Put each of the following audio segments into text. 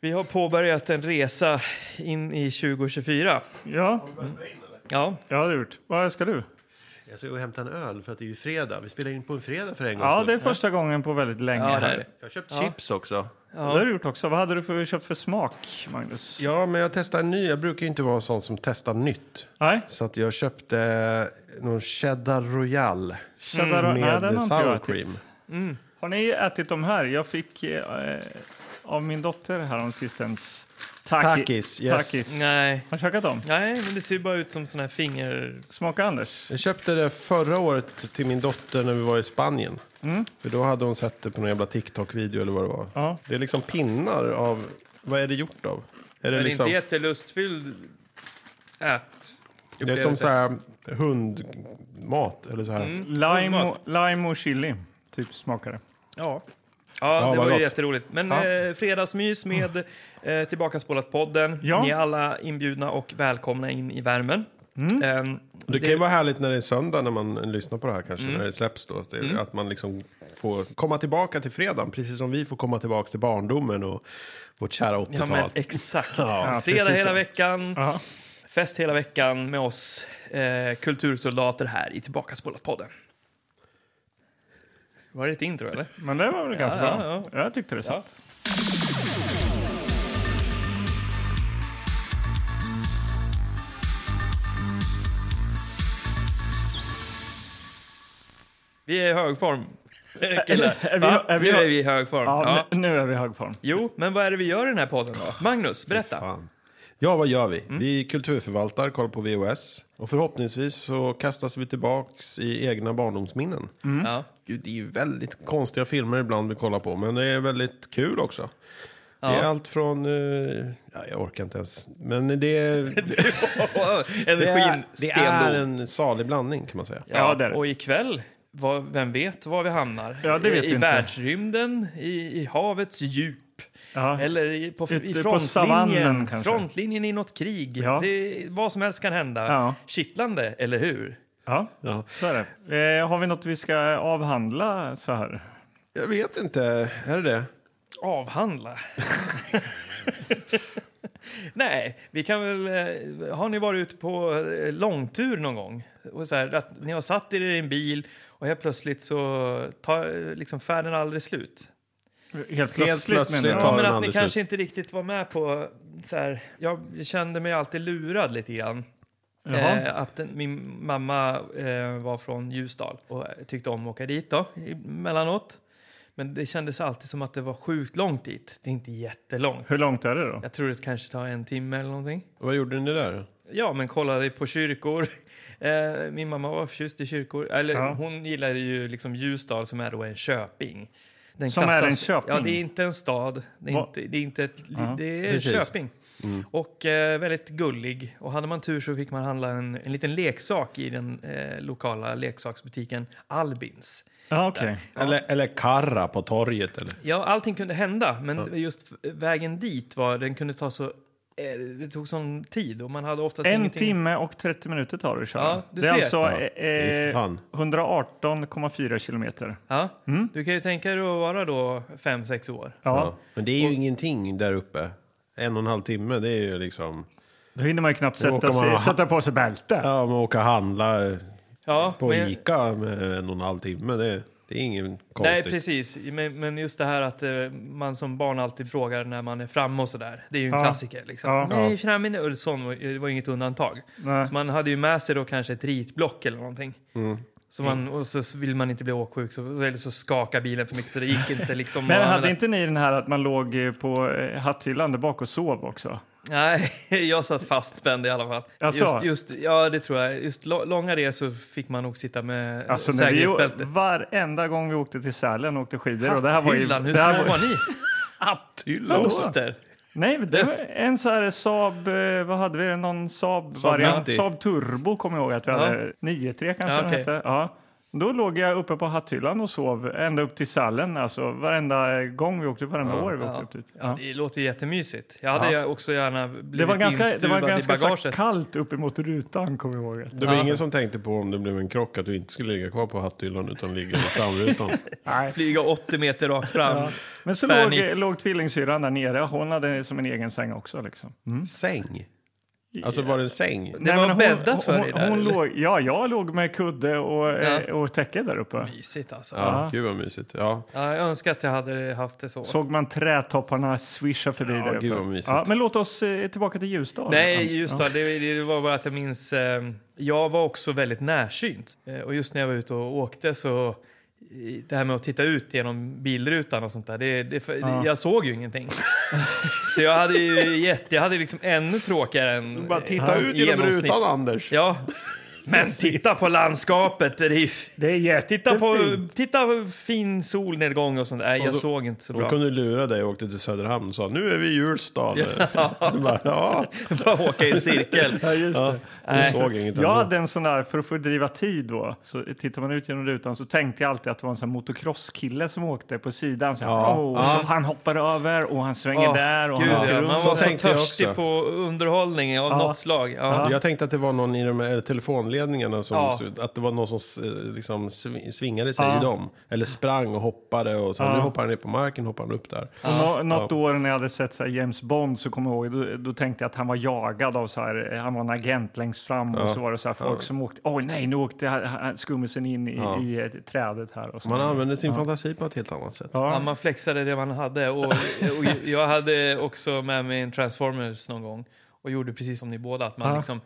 Vi har påbörjat en resa in i 2024. Ja, Ja, jag har gjort. Vad ska du? Jag ska gå och hämta en öl för att det är ju fredag. Vi spelar in på en fredag för en gångs Ja, skull. det är första gången på väldigt länge. ja, det här. är det. Jag har köpt chips också. Det har du gjort också. Vad hade du för, köpt för smak, Magnus? Ja, men jag testar en ny. Jag brukar ju inte vara en sån som testar nytt. Nej, Så att jag köpte någon cheddar royal cheddar och... Nej, den med har inte jag sour ätit. cream. Har ni ätit de här? Jag fick eh, av min dotter häromsistens taki, Takis, yes. takis. Nej. Har du käkat dem? Nej, men det ser ju bara ut som sån här finger... Smaka, Anders. Jag köpte det förra året till min dotter när vi var i Spanien. Mm. För då hade hon sett det på någon jävla TikTok-video eller vad det var. Ja. Det är liksom pinnar av... Vad är det gjort av? Är det, Är det liksom... inte jättelustfylld ät? det är som så här hundmat eller så här. Mm. Lime och, Underbart. lime och chili, typ smakar det. Ja. Ja, vad det var ju gott. jätteroligt. Men Ja. Mm. eh, fredagsmys med eh, Tillbakaspolat-podden. Ja. Ni är alla inbjudna och välkomna in i värmen. Mm. Ehm, Det, kan ju vara härligt när det är söndag när man lyssnar på det här kanske, Mm. när det släpps då. Att, det, att man liksom får komma tillbaka till fredagen, precis som vi får komma tillbaka till barndomen och vårt kära Ja, 80-tal. men exakt. Ja, Fredag precis. hela veckan, Ja. fest hela veckan med oss eh, kultursoldater här i Tillbakaspolat-podden. Var det ett intro, eller? Men det var väl ganska ja, bra? Jag tyckte det satt. Vi är i hög form. Killar. är vi- Va? är vi- nu är vi i hög form. Ja, Ja. Nu, nu är vi i hög form. Jo, men vad är det vi gör i den här podden då? Magnus, berätta. Mm. Fan. Ja, vad gör vi? Vi kulturförvaltar, kollar på VOS. Och förhoppningsvis så kastas vi tillbaks i egna barndomsminnen. Mm. Ja. Gud, det är ju väldigt konstiga filmer ibland vi kollar på, men det är väldigt kul också. Det är allt från... eh, ja, jag orkar inte ens. Men det är, det är, Energin det är stendog. en salig blandning kan man säga. Ja, det är det. Och ikväll, vad, vem vet var vi hamnar? Ja, det vet I vi inte. världsrymden, i, i havets djup. Ja. Eller i, på, i Ute på frontlinjen, savannen, kanske. frontlinjen i något krig. Ja. Det, vad som helst kan hända. Ja. Kittlande, eller hur? Ja, så är det. Eh, har vi något vi ska avhandla så här? Jag vet inte. Är det det? Avhandla. Nej, vi kan väl... eh, Har ni varit ute på eh, långtur någon gång? Och så här, att ni har satt er i en bil och helt plötsligt så tar eh, liksom färden aldrig slut. Helt plötsligt, plötsligt menar du? tar- Ja, men den att ni aldrig kanske inte riktigt var med på... Så här, jag kände mig alltid lurad lite grann. Jaha. Eh, att den- min mamma eh, var från Ljusdal och tyckte om att åka dit då, emellanåt. Men det kändes alltid som att det var sjukt långt dit. Det är inte jättelångt. Hur långt är det då? Jag tror det kanske tar en timme eller någonting. Vad gjorde ni där? Ja, men kollade på kyrkor. Eh, min mamma var förtjust i kyrkor. Eller Ja. hon gillade ju liksom Ljusdal som är då en köping. Den Som är en köping? Ja, det är inte en stad. Det är, Va- inte, det är, inte ett, li- Ja, det är en precis. köping. Och eh, väldigt gullig. Och hade man tur så fick man handla en, en liten leksak i den eh, lokala leksaksbutiken Albins. Ja, okej. Eller, eller karra på torget? Eller? Ja, allting kunde hända, men just vägen dit var, den kunde ta så... eh, Det tog sån tid och man hade oftast En ingenting... timme och 30 minuter tar det att köra. Ja, du det är ser. alltså Ja, eh, det är eh, fan. 118,4 kilometer. Ja, Mm. du kan ju tänka dig att vara då fem, sex år. Ja, Ja. Men det är ju ingenting där uppe. En och en halv timme, det är ju liksom... Då hinner man ju knappt åker sätta, man sig, och- sätta på sig bälte. Ja, men åka handla eh, Ja, på men- Ica med en och en halv timme, det, det är ingen Nej, konstigt. precis. Men, men just det här att eh, man som barn alltid frågar när man är framme och sådär. Det är ju en Ja. klassiker. Liksom. Ja. Nej, tjena, min Ulfsson var- det var ju inget undantag. Nej. Så man hade ju med sig då kanske ett ritblock eller någonting. Så Mm. man, och så vill man inte bli åksjuk, så, eller så skakar bilen för mycket så det gick inte liksom. att Men hade använda- inte ni den här att man låg eh, på eh, hatthyllan där bak och sov också? Nej, jag satt fastspänd i alla fall. Jaså? Just, just, ja, det tror jag. Just lå- långa resor fick man nog sitta med eh, Alltså, när vi, säkerhetsbälte. varenda gång vi åkte till Sälen och åkte skidor. Och det här var ju, Hatthyllan, hur det här små var, var ni? Hatthyllan? Foster? nej, men det var en så här Saab, eh, vad hade vi, någon Saab-variant? Saab, 90. Turbo kommer jag ihåg att vi Ja. hade. 9-3 kanske Ja, den okej. hette. Ja. Då låg jag uppe på hatthyllan och sov ända upp till Sallen. Alltså varenda gång vi åkte, varenda år vi åkte Ja. upp dit. Ja, det låter ju jättemysigt. Jag hade Ja. ju också gärna Det blivit var ganska, det var instuvad ganska i så bagaget. kallt uppemot rutan, kommer jag ihåg. rätt. Det var Ja. ingen som tänkte på om det blev en krock att du inte skulle ligga kvar på hatthyllan utan ligga i framrutan. Nej. Flyga 80 meter rakt fram. Ja. Men så Tvärnit. låg, låg tvillingsyrran där nere. Hon hade som en egen säng också. Liksom. Säng? Alltså var det en säng? Det var men bäddat för hon, dig där, Hon eller? låg, ja, jag låg med kudde och, eh, Ja. och täcke där uppe. Mysigt alltså. Ja. Ja, Ja. gud vad mysigt. Ja. jag önskar att jag hade haft det så. Såg man trädtopparna swisha förbi Ja, där uppe. gud vad mysigt. Ja, men låt oss eh, tillbaka till Ljusdal. Nej, just det. Det, det var bara att jag minns... Eh, jag var också väldigt närsynt. Eh, och just när jag var ute och åkte så... i- Det här med att titta ut genom bilrutan och sånt där, det, det, för- Ja. jag såg ju ingenting. så jag hade ju jätte, jag hade liksom ännu tråkigare än Bara titta eh, ut genom genomsnitt. rutan, Anders. Ja. Men titta på landskapet! Det är ju, Det är jättefint. titta, på, titta på fin solnedgång och sånt. Nej, jag då- såg inte så De bra. kunde lura dig och åkte till Söderhamn och sa nu är vi i Hjulsdal. Du bara, ja, Bara åka i en cirkel. Ja, just det. du såg inget Jag ändå. hade en sån där, för att fördriva tid då, så tittar man ut genom rutan så tänkte jag alltid att det var en sån här motocrosskille som åkte på sidan. Så här, Ja. "Wow", Ja. Som han hoppar över och han svänger Åh, där och Gud, han åker ja, runt. man Så var så tänkte jag törstig också. på underhållning av Ja. något slag. Ja. Ja. Jag tänkte att det var någon i de här telefonledningarna som, Ja. att det var någon som eh, liksom svi- svingade sig Ja. i dem. Eller sprang och hoppade och så Ja. nu hoppar han ner på marken, hoppar han upp där. Och nå- något år när jag hade sett så här James Bond så kommer jag ihåg, då, då tänkte jag att han var jagad av så här, han var en agent längst fram och så var det så här folk som åkte, oj nej nu åkte han- han- skummisen in i, i eh, trädet här och så. Man använder sin fantasi på ett helt annat sätt. Ja, ja. man flexade det man hade. Och, och jag hade också med mig en Transformers någon gång och gjorde precis som ni båda. Att man Ja. liksom,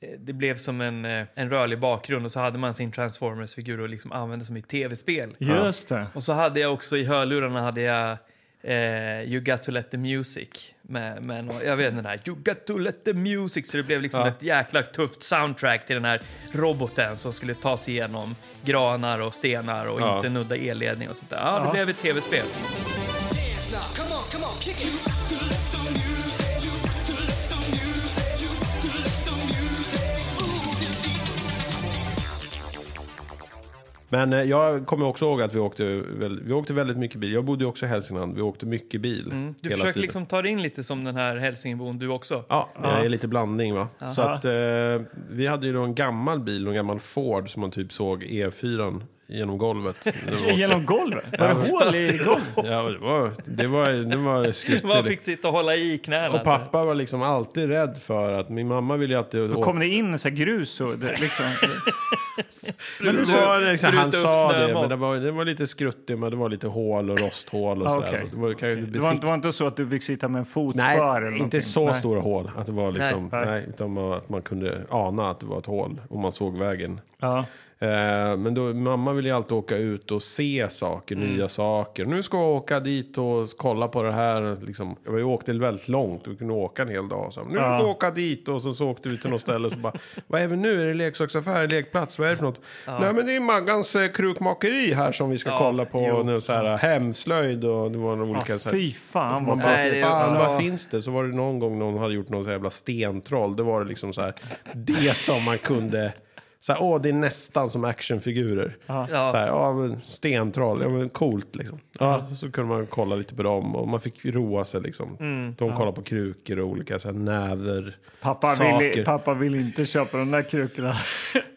eh, det blev som en, eh, en rörlig bakgrund och så hade man sin Transformers-figur och liksom använde som i tv-spel. Just det. Och så hade jag också i hörlurarna hade jag eh, You got to let the music. Med, med någon, jag vet den här You got to let the music. Så det blev liksom Ja. ett jäkla tufft soundtrack till den här roboten som skulle ta sig igenom granar och stenar och Ja. inte nudda elledning och sånt där. Ja, det blev ett tv-spel. dance now. Come on, come on, kick it. You got to let the music, you got to let the music, you got to let the music move your feet. Men eh, jag kommer också ihåg att vi åkte, väl- vi åkte väldigt mycket bil. Jag bodde ju också i Hälsingland, vi åkte mycket bil. Du hela försöker tiden. liksom ta dig in lite som den här hälsingebon du också. Ja, jag är lite blandning va. Så att eh, vi hade ju då en gammal bil, en gammal Ford som man typ såg E4 genom golvet. när vi åkte. Genom golvet? Var det hål i golvet? Ja, det var, det var, det var skuttigt. Man fick sitta och hålla i alltså. knäna. Och pappa var liksom alltid rädd för att min mamma ville ju att det... Då kom det in så här grus och det, liksom. men det var, liksom, han spruta upp sa snö det, emot. men det var, det var lite skruttigt, men det var lite hål och rosthål och Ja, sådär. okej. Så det var, kan ju inte det, var, besikta- det var inte så att du fick sitta med en fot för? eller Nej, inte någonting? så Nej. stora hål. Att det var liksom, Nej. nej, utan man, att man kunde ana att det var ett hål om man såg vägen. Ja. Eh, men då, mamma ville ju alltid åka ut och se saker, nya saker. Nu ska jag åka dit och kolla på det här. Liksom. Jag var ju- åkte väldigt långt, vi kunde åka en hel dag. Så, här, nu Ja. ska jag åka dit och så, så åkte vi till något ställe. Så bara, vad är vi nu? Är det leksaksaffär? Lekplats? Vad är det för något? Nej men det är Maggans eh, krukmakeri här som vi ska Ja, kolla på. jo. Nu, så här, hemslöjd och det var några olika... Ja, så här, fy fan man vad bara, Nej, det- fan ja. vad finns det? Så var det någon gång någon hade gjort någon så jävla stentroll. Det var det liksom så här, det som man kunde, så här, åh det är nästan som actionfigurer. Ja. Så här, ja men stentroll, ja men coolt liksom. Ja, så kunde man kolla lite på dem och man fick roa sig liksom. Mm, De kollade på krukor och olika så här näver, Pappa saker. vill, pappa vill inte köpa de där krukorna.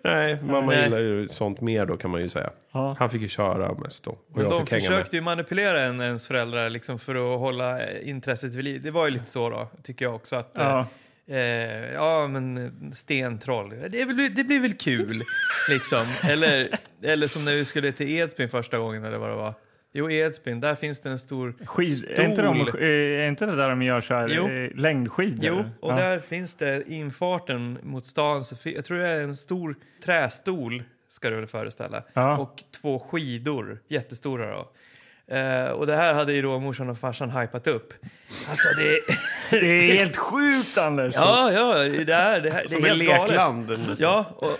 Nej, mamma Nej. gillar ju sånt mer då kan man ju säga. Ja. Han fick ju köra mest då. Och Men de jag fick hänga med. försökte ju manipulera en, ens föräldrar liksom för att hålla eh, intresset vid liv. Det var ju lite så då, tycker jag också. Att, eh, Ja. Eh, ja, men eh, stentroll. Det, blir- det blir väl kul, liksom. Eller, eller som när vi skulle till Edsbyn första gången, eller vad det var. Jo, Edsbyn, där finns det en stor Eh, Skid, är, inte de, eh, är inte det där de gör så här, Jo. eh, längdskidor? Jo, och ja. där finns det infarten mot stan. Så fi- jag tror det är en stor trästol, ska du väl föreställa. Ja. Och två skidor, jättestora då. Eh, och det här hade ju då morsan och farsan hypat upp. Alltså det... Det är helt sjukt, Anders! ja, ja, det här, det här det är Som en helt galet. lekland. Ja, och,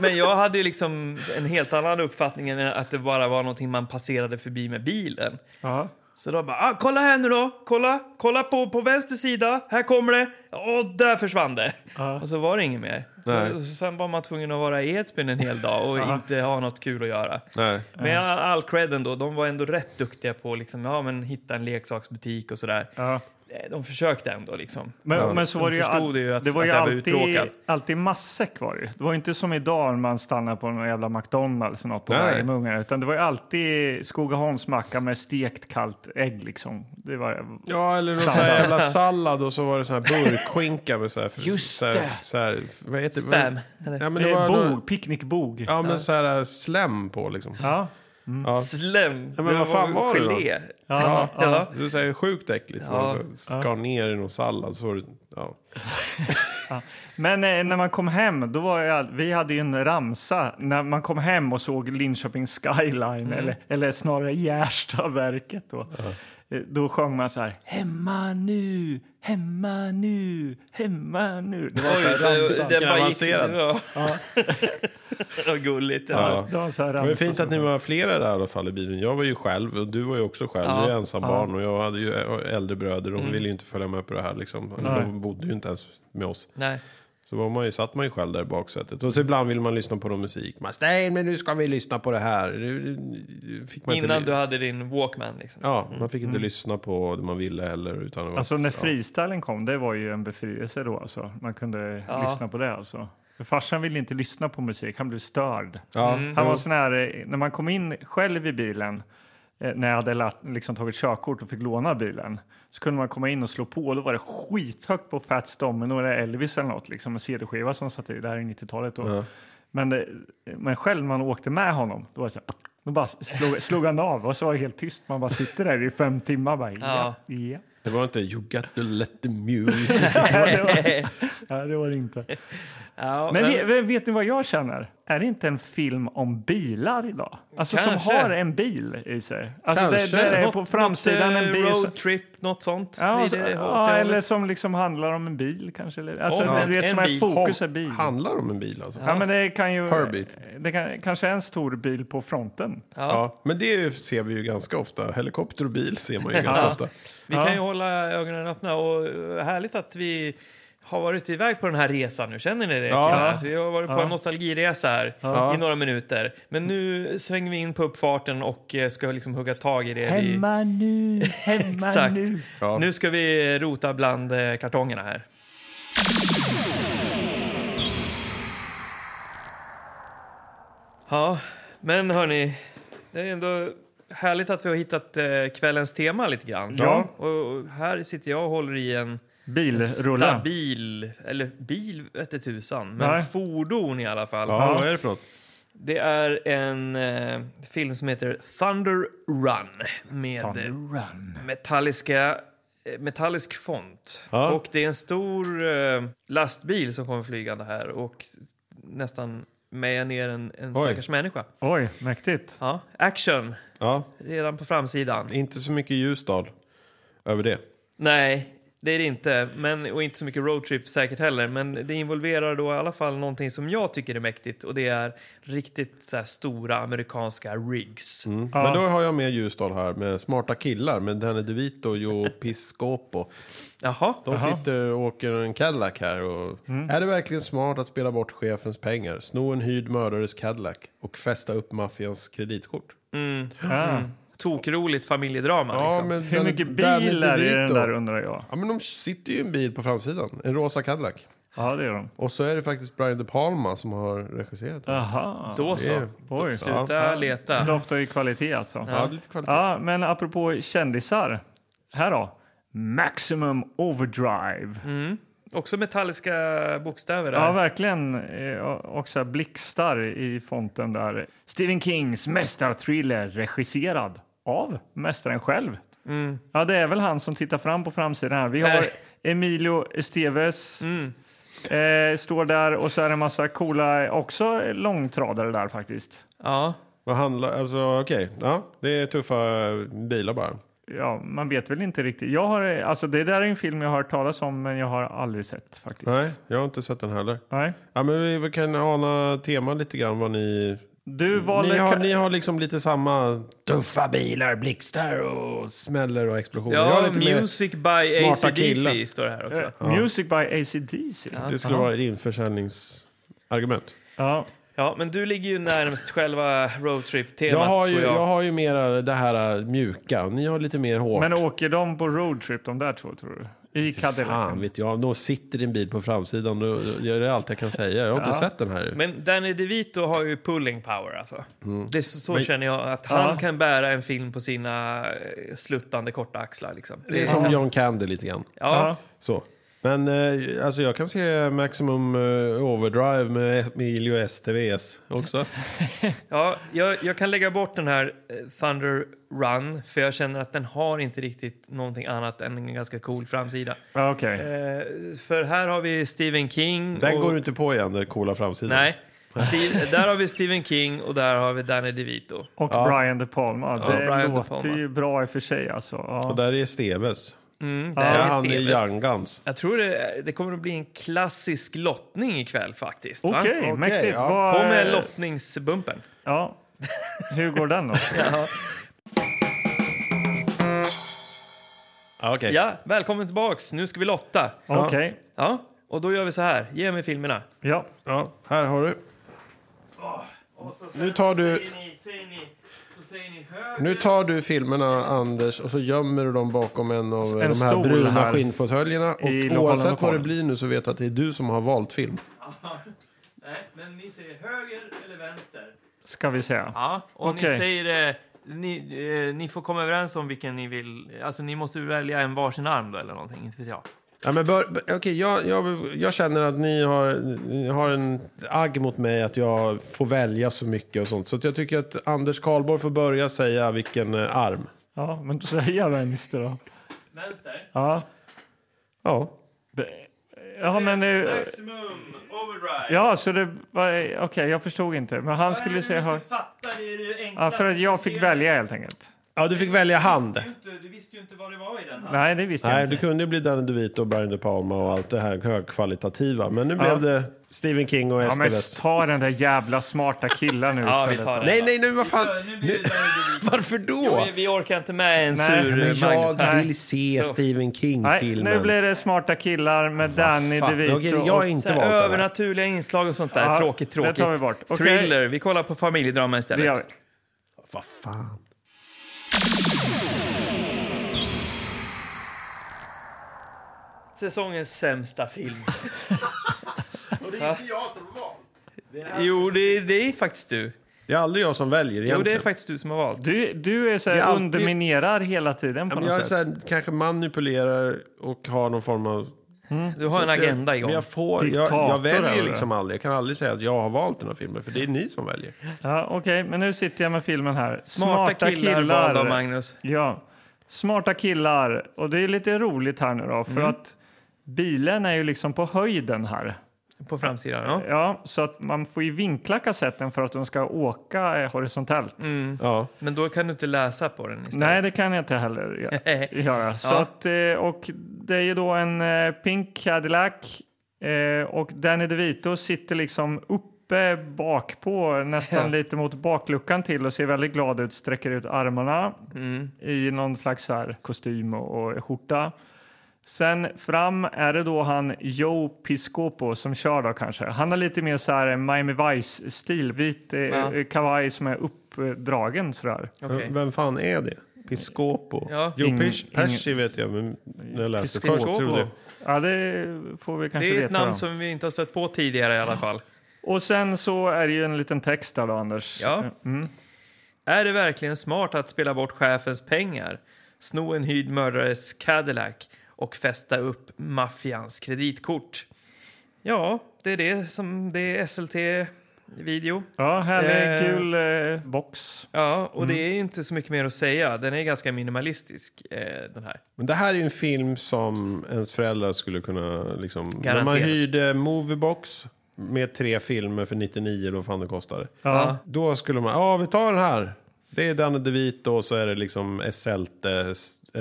men jag hade ju liksom en helt annan uppfattning än att det bara var någonting man passerade förbi med bilen. Ja. Så då bara, ah, kolla här nu då, kolla, kolla på, på vänster sida, här kommer det, och där försvann det. Och så var det inget mer. Nej. Så, så sen var man tvungen att vara i Edsbyn en hel dag och inte ha något kul att göra. Nej. Men all, all cred ändå, de var ändå rätt duktiga på att liksom, ja, men hitta en leksaksbutik och sådär. Ja. Eh, De försökte ändå liksom. Men, men så de var det ju, all- förstod ju att- det var att ju jag var alltid, uttråkad. alltid massäck var det ju. Det var ju inte som idag när man stannar på någon jävla McDonalds eller något på Nej. vägen med ungarna, utan det var ju alltid Skogaholmsmacka med stekt kallt ägg liksom. Det var, Ja, eller någon sån här jävla sallad och så var det sån här burkskinka med så här... Just så här, det. Så här, vad heter Spam. Eh, Vad, Eller ja, men det det var Eh, bog, någon, picknickbog. Ja, men så här eh, slem på liksom. Ja. slem. Ja, men vad fan var det då? gelé. Ja. Ja. Det är så här sjukt äckligt. Så Ja. man så skar ner i någon sallad så var det... Ja. Men eh, när man kom hem, då var jag, vi hade ju en ramsa. När man kom hem och såg Linköpings skyline, eller, eller snarare Gärstaverket då. eh, Då sjöng man så här, hemma nu, hemma nu, hemma nu. Det var så här ramsa. det, det Vilken bara gick. Det avancerad. var, det var gulligt. Ja. Det var så här Det var ju ramsa fint att som- ni var flera där i alla fall i bilen. Jag var ju själv och du var ju också själv. Ja. Mm. Du är ensam barn och jag hade ju äldre bröder. De ville ju inte följa med på det här liksom. De bodde ju inte ens med oss. Nej. Så var man ju, satt man ju själv där i baksätet. Och så ibland vill man lyssna på någon musik. Man nej men nu ska vi lyssna på det här. Det- det- det Fick man Innan inte, du hade din Walkman liksom. Ja, man fick inte lyssna på det man ville heller. Utan det var, Alltså när freestylen kom, det var ju en befrielse då alltså. Man kunde Ja. lyssna på det alltså. För farsan ville inte lyssna på musik, han blev störd. ja, Mm. Han var sån här, eh, när man kom in själv i bilen, eh, när jag hade lärt, liksom tagit körkort och fick låna bilen, så kunde man komma in och slå på och då var det skithögt på Fats Domino eller Elvis eller något, liksom en CD-skiva som satt i, det här är 90-talet då. Men, eh, men själv när man åkte med honom, då var det så här, då bara slog, slog han av och så var det helt tyst. Man bara sitter där i fem timmar bara, ja, ja. det var inte you got to let the music. Nej, det var, nej, det var det inte. Ja, Men, he- vet ni vad jag känner? Är det inte en film om bilar idag? Alltså Kanske. som har en bil i sig. Alltså Kanske. Det, det är något- på framsidan något, eh, en bil. som- Road trip, något sånt. Ja, I alltså, det- åt det ja, hållet. eller som liksom handlar om en bil kanske. eller- Alltså, Om det, en- du vet, som en är bil. fokus är bil. Handlar om en bil alltså. Ja, men det kan ju... Herbie. Det kan, kanske är en stor bil på fronten. Ja, men det ser vi ju ganska ofta. Helikopter och bil ser man ju ganska ofta. Vi kan ju hålla ögonen öppna och eh, härligt att vi har varit iväg på den här resan nu. Känner ni det? Ja. killar? Att vi har varit på en nostalgiresa här i några minuter. Men nu svänger vi in på uppfarten och eh, ska liksom hugga tag i det vi... Hemma nu, hemma Exakt. nu. Ja. Nu ska vi rota bland eh, kartongerna här. Ja, men hörni, det är ändå härligt att vi har hittat eh, kvällens tema lite grann. Ja. Och, och här sitter jag och håller i en Bilrulla. stabil, eller bil vete tusan, men Nej. fordon i alla fall. Ja, vad är det för något? Det är en eh, film som heter Thunder Run med eh, Run. metalliska, eh, metallisk font. Ja. Och det är en stor eh, lastbil som kommer flygande här och nästan mejar ner en, en Oj. stackars människa. Oj, mäktigt. Ja. Action, Ja, redan på framsidan. inte så mycket Ljusdal över det. Nej, det är det inte. Men, och inte så mycket roadtrip säkert heller. Men det involverar då i alla fall någonting som jag tycker är mäktigt och det är riktigt så här stora amerikanska rigs. Mm. Men då har jag med Ljusdal här med smarta killar med Danny DeVito och Joe Piscopo. Jaha. De sitter och åker en Cadillac här och... Mm. Är det verkligen smart att spela bort chefens pengar, sno en hyrd mördares Cadillac och fästa upp maffians kreditkort? Ja. Mm. Tokroligt familjedrama. liksom. men Hur Danny- mycket Danny bil är det i den DeVito- där undrar jag? Ja, men de sitter ju i en bil på framsidan, en rosa Cadillac. Ja, det är de. Och så är det faktiskt Brian De Palma som har regisserat. den. Aha. Då Det så. är- Oj. Sluta leta. Doftar ju kvalitet alltså. Ja, det är lite kvalitet. Ja, men apropå kändisar. Här då. Maximum Overdrive. Också metalliska bokstäver Mm. där. Ja, verkligen. Eh, Och och så här blixtar i fonten där. Stephen Kings mästarthriller regisserad av mästaren själv. Ja, det är väl han som tittar fram på framsidan här. Vi har Mm. Nej. Mm. Emilio Esteves. Eh, står där och så är det en massa coola, också långtradare där faktiskt. ja. Vad handlar... Alltså okej, ja, det är tuffa bilar bara. Ja, man vet väl inte riktigt. Jag har, alltså det där är en film jag har hört talas om, men jag har aldrig sett faktiskt. Nej, jag har inte sett den heller. Nej. Ja, men vi vi kan ana teman lite grann vad ni Du valde... Ni har, ka- ni har liksom lite samma tuffa bilar, blixtar och smäller och explosioner. jag har Ja, lite mer- Music by smarta killar. AC/DC står det här också. eh, Music by AC/DC. Ja. Det skulle vara ett införsäljningsargument. Ja, men du ligger ju närmast själva roadtrip-temat, Jag har, ju, tror jag. jag har ju mera det här äh, mjuka, ni har lite mer hårt. Men åker de på roadtrip de där två tror du? I Fan Cadillacen? vet jag, de sitter i en bil på framsidan, då, då, det är allt jag kan säga. Jag har inte sett den här. Men Danny DeVito har ju pulling power alltså. Det är så, så Mm. Men- känner jag, att han Ja. kan bära en film på sina eh, sluttande korta axlar liksom. Det är Det, som John Candy lite grann. ja, Så. Men eh, alltså jag kan se Maximum eh, Overdrive med Emilio Estevez också. Mm. ja, jag, jag kan lägga bort den här eh, Thunder Run, för jag känner att den har inte riktigt någonting annat än en ganska cool framsida. Ja, Okej. Eh, för här har vi Stephen King. Den och- går du inte på igen, den coola framsidan. Nej. Steve, där har vi Stephen King och där har vi Danny DeVito. Och Ja. Brian De Palma. det Brian De låter Palma. ju bra i och för sig alltså. Och Ja. där är Steves. Mm, Ja, där är han Steve. är Young Guns. Jag tror det, det kommer att bli en klassisk lottning ikväll faktiskt. va? Okej, mäktigt. ja. Vad- På med lottningsbumpen. Ja. Hur går den då? Ah, okay. Ja, välkommen tillbaks. Nu ska vi lotta. Okej. Ja, och då gör vi så här. Ge mig filmerna. Ja. Ja, här har du. Nu tar du- Nu tar du filmerna, Anders, och så gömmer du dem bakom en av En de här stol bruna här. skinnfåtöljerna. I Och lokalen oavsett vad lokalen. det blir nu så vet jag att det är du som har valt film. Nej, men ni säger höger eller vänster. Ska vi säga. Ja, och ni Okej. säger... Eh, ni, eh, ni får komma överens om vilken ni vill. Alltså, ni måste välja en varsin arm då eller någonting. Inte vet jag. Ja, men bör, bör- okej, jag, jag, jag känner att ni har, ni har en agg mot mig att jag får välja så mycket och sånt. Så att jag tycker att Anders Karlborg får börja säga vilken eh, arm. Ja, men då säger jag vänster då. Vänster. Ja. Ja. Be- Ja, men... eh, Maximum overdrive. Ja, så det... var- Okej, jag förstod inte. Men han skulle säga... hö- Äh, fattar, det är det Ja, för att jag fick välja helt enkelt. ja, du fick välja hand. Du visste ju inte vad det var i den här. Nej, det visste jag Nej, du inte. kunde ju bli Danny DeVito och Brian De Palma och allt det här högkvalitativa. Men nu blev det Stephen King och Ja, men Estevez. ta den där jävla smarta killen nu Ja, vi istället. tar den. nej, nej, nu vad fan. Äh, Nu blir det Varför då? Jo, vi- vi orkar inte med en Nej, sur Men Magnus. jag här. vill se Så. Stephen Nej, King-filmen. nu blir det smarta killar med Danny Fan, DeVito okej, jag har och Så inte här, valt den här. övernaturliga inslag och sånt där. Ja, tråkigt, det tar tråkigt. vi bort. Okej. Thriller. Vi kollar på familjedrama det istället. gör vi. Vad fan. Säsongens sämsta film. Och det är inte jag som har valt. Jo, det, det är faktiskt du. Det är aldrig jag som väljer egentligen. Jo, det är faktiskt du som har valt. Du, du är så här Det är alltid- underminerar hela tiden på Men något jag är sätt. så här, kanske manipulerar och har någon form av... Du har en Så jag- agenda igång. Men jag, får, jag, jag Diktator är du. väljer liksom aldrig. Jag kan aldrig säga att jag har valt den här filmen, för det är ni som väljer. Ja, Okej, men nu sitter jag med filmen här. Smarta, killar, valda av Magnus. Ja, smarta killar. Och det är lite roligt här nu då, för att bilen är ju liksom på höjden här. På framsidan. Ja. Ja, så att man får ju vinkla kassetten för att de ska åka eh, horisontellt. Ja. Mm. Men då kan du inte läsa på den istället. Eh, Nej, det kan jag inte heller gö- göra. Så Ja. att, eh, och det är ju då en eh, pink Cadillac eh, och Danny DeVito sitter liksom uppe bak på, nästan Ja. lite mot bakluckan till och ser väldigt glad ut, sträcker ut armarna mm, i någon slags så här kostym och, och skjorta. Sen fram är det då han Joe Piscopo som kör då kanske. Han har lite mer så här Miami Vice-stil, vit eh, Ja. kavaj som är uppdragen sådär. Okej. Vem fan är det? Piscopo? Ja. Jo, Ing- Pis- Pesci vet jag, men när jag läste först Piscopo. trodde jag... Ja, det får vi kanske Det är ett veta. namn då. som vi inte har stött på tidigare i alla fall. Och sen så är det ju en liten text där då, Anders. Ja. Mm. Är det verkligen smart att spela bort chefens pengar, sno en hyrd mördares Cadillac och fästa upp maffians kreditkort? Ja, det är det som det är SLT-video. Ja, härlig Eh. gul eh, box. Ja, och Mm. det är ju inte så mycket mer att säga. Den är ganska minimalistisk, eh, den här. Men det här är ju en film som ens föräldrar skulle kunna... Liksom, när Garanterat. man hyrde Moviebox med tre filmer för 99 eller vad fan det kostade. Ja. Då skulle man, ja vi tar den här. Det är Danne DeVito och så är det liksom SLT,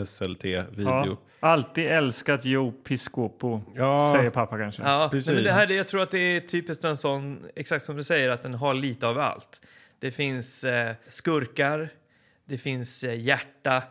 Ja. SLT-video. Alltid älskat Joe Piscopo, Ja. säger pappa kanske. Ja, Precis. Men det här, det- jag tror att det är typiskt en sån, exakt som du säger, att den har lite av allt. Det finns eh, skurkar, det finns eh, hjärta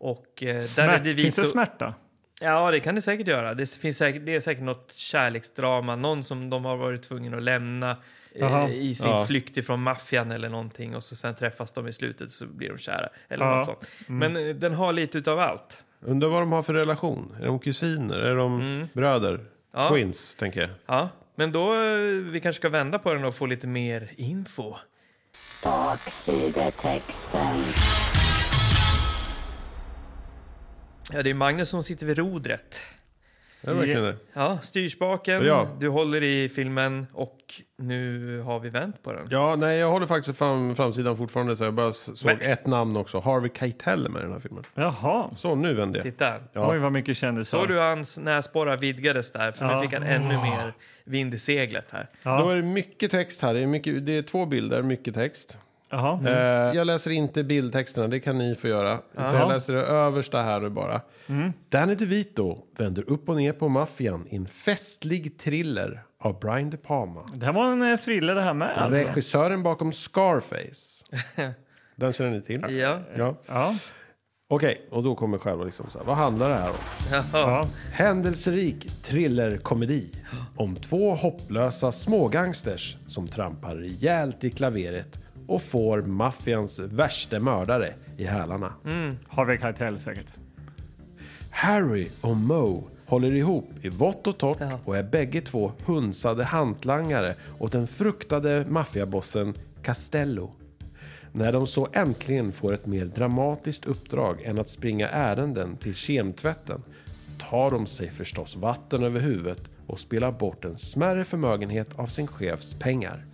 och... Eh, där är Smärt, det finns det smärta? Ja, det kan det säkert göra. Det, finns säkert, det är säkert något kärleksdrama, någon som de har varit tvungna att lämna Jaha. eh, i sin Ja. flykt ifrån maffian eller någonting och så sen träffas de i slutet så blir de kära eller Ja. Mm. något sånt. Men eh, den har lite utav allt. Undrar vad de har för relation. Är de kusiner? Är de bröder? Mm. Ja. Twins, tänker jag. Ja, men då eh, vi kanske ska vända på den och få lite mer info. Baksidetexten. Ja, det är Magnus som sitter vid rodret. Är det verkligen det? Ja, styrspaken, Ja. du håller i filmen och nu har vi vänt på den. Ja, nej, jag håller faktiskt fram, framsidan fortfarande. Så jag bara s- såg Men- ett namn också. Harvey Keitel är med i den här filmen. Jaha. Så, nu vänder jag. Titta. Ja. Oj, vad mycket kändisar. Såg du hans näsborrar vidgades där? För Ja. nu fick han ännu mer vind i seglet här. Ja. Då är det mycket text här. Det är, mycket, det är två bilder, mycket text. Jaha. Eh, jag läser inte bildtexterna, det kan ni få göra. Utan jag läser det översta här nu bara. Danny DeVito vänder upp och ner på maffian i en festlig thriller av Brian De Palma. Det här var en eh, thriller det här med alltså. Regissören bakom Scarface. Den känner ni till? Ja. Ja. Ja. Okej, och då kommer själva liksom så här, vad handlar det här om? ja. Händelserik thrillerkomedi om två hopplösa smågangsters som trampar rejält i klaveret och får maffians värste mördare i hälarna. Harvey Keitel säkert. Harry och Moe håller ihop i vått och torrt Ja. och är bägge två hunsade hantlangare åt den fruktade maffiabossen Castello. När de så äntligen får ett mer dramatiskt uppdrag än att springa ärenden till kemtvätten tar de sig förstås vatten över huvudet och spelar bort en smärre förmögenhet av sin chefs pengar.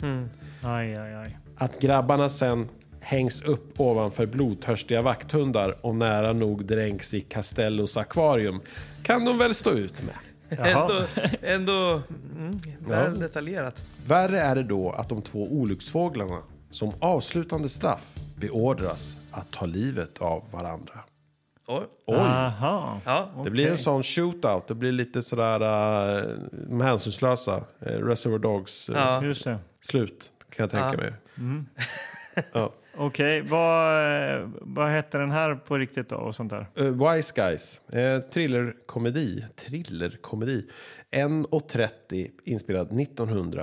Aj, aj, aj. Att grabbarna sen hängs upp ovanför blodtörstiga vakthundar och nära nog dränks i Castellos akvarium kan de väl stå ut med. Jaha. Ändå, ändå mm, väl detaljerat. Värre är det då att de två olycksfåglarna som avslutande straff beordras att ta livet av varandra. Oj. Aha. Ja. Det blir en sån shootout, det blir lite sådär uh, de hänsynslösa, eh, Reservoir Dogs eh, Ja. Just det. slut kan jag tänka mig. Okej, vad, eh, vad hette den här på riktigt då och sånt där? Eh, Wise Guys. Eh, thrillerkomedi. Thrillerkomedi. 1.30 inspelad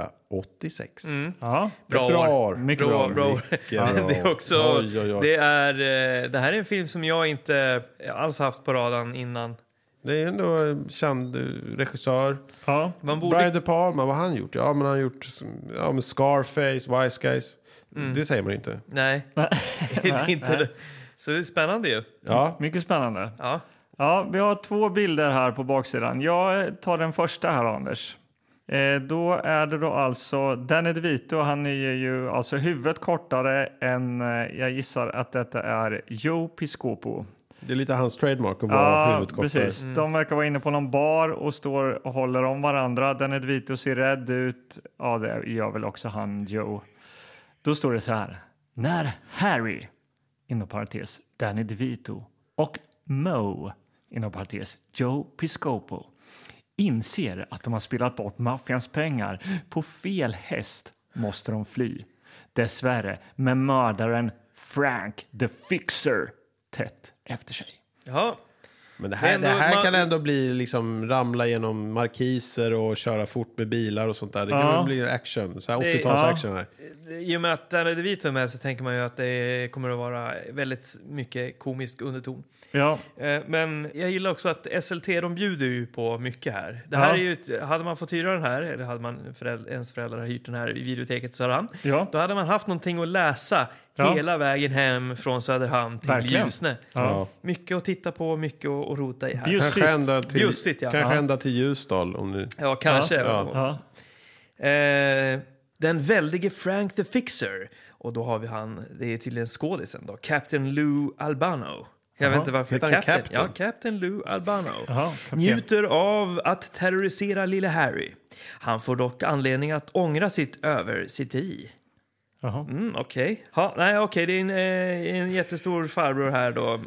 1986. Ja. Mm, Bra Ett bra år. år. Mycket Bra, bra år. Mycket Ja, bra det, är år. också, Oj, oj, oj. Det, är, eh, det här är en film som jag inte alls haft på radarn innan. Det är ändå en känd eh, regissör. Ja. Man borde, Brian De Palma, vad har han gjort? Ja, men han har gjort som- ja, men Scarface, Wise Guys. Mm. Det säger man ju inte. Nej, det är inte det. Så det är spännande ju. Ja, Mycket spännande. Ja. Ja, vi har två bilder här på baksidan. Jag eh, tar den första här, Anders. Eh, då är det då alltså Danny DeVito. Han är ju alltså huvudet kortare än eh, jag gissar att detta är Joe Piscopo. det är lite hans trademark att vara huvudkortare. precis. De verkar vara inne på någon bar och står och håller om varandra. Danny DeVito ser rädd ut. Ja, det gör väl också han, Joe. Då står det så här. När Harry, inom parentes, Danny DeVito och Moe, inom parentes, Joe Piscopo inser att de har spelat bort maffians pengar på fel häst måste de fly. Dessvärre med mördaren Frank the Fixer tätt efter sig. Ja. Men det här, ändå- det här man- kan ändå bli liksom ramla genom markiser och köra fort med bilar och sånt där. Det kan Ja. väl bli action, så här Det- 80-tals ja. action här. I och med att Danny DeVito är med så tänker man ju att det kommer att vara väldigt mycket komisk underton. Ja, Eh, Men jag gillar också att SLT de bjuder ju på mycket här. Det här Ja. är ju, ett- hade man fått hyra den här, eller hade man föräldrar, ens föräldrar hyrt den här i videoteket i Söderhamn, Ja. då hade man haft någonting att läsa Ja. hela vägen hem från Söderhamn till Verkligen. Ljusne. Ja. Mycket att titta på, mycket att att rota i här. Bjus- Kanske Bjussigt. ända till, Bjussigt, ja. kanske Ja. ända till Ljusdal. Om ni... Ja, kanske. ja. Eh, den väldige Frank the Fixer. Och då har vi han, det är tydligen skådisen då, Captain Lou Albano. Jag vet inte varför Heter han Captain? Ja, Captain Lou Albano. Jaha, kapten. Njuter av att terrorisera lille Harry. Han får dock anledning att ångra sitt översitteri. Jaha. Mm, okej. Ja, nej, okej, det är en, eh, en jättestor farbror här då.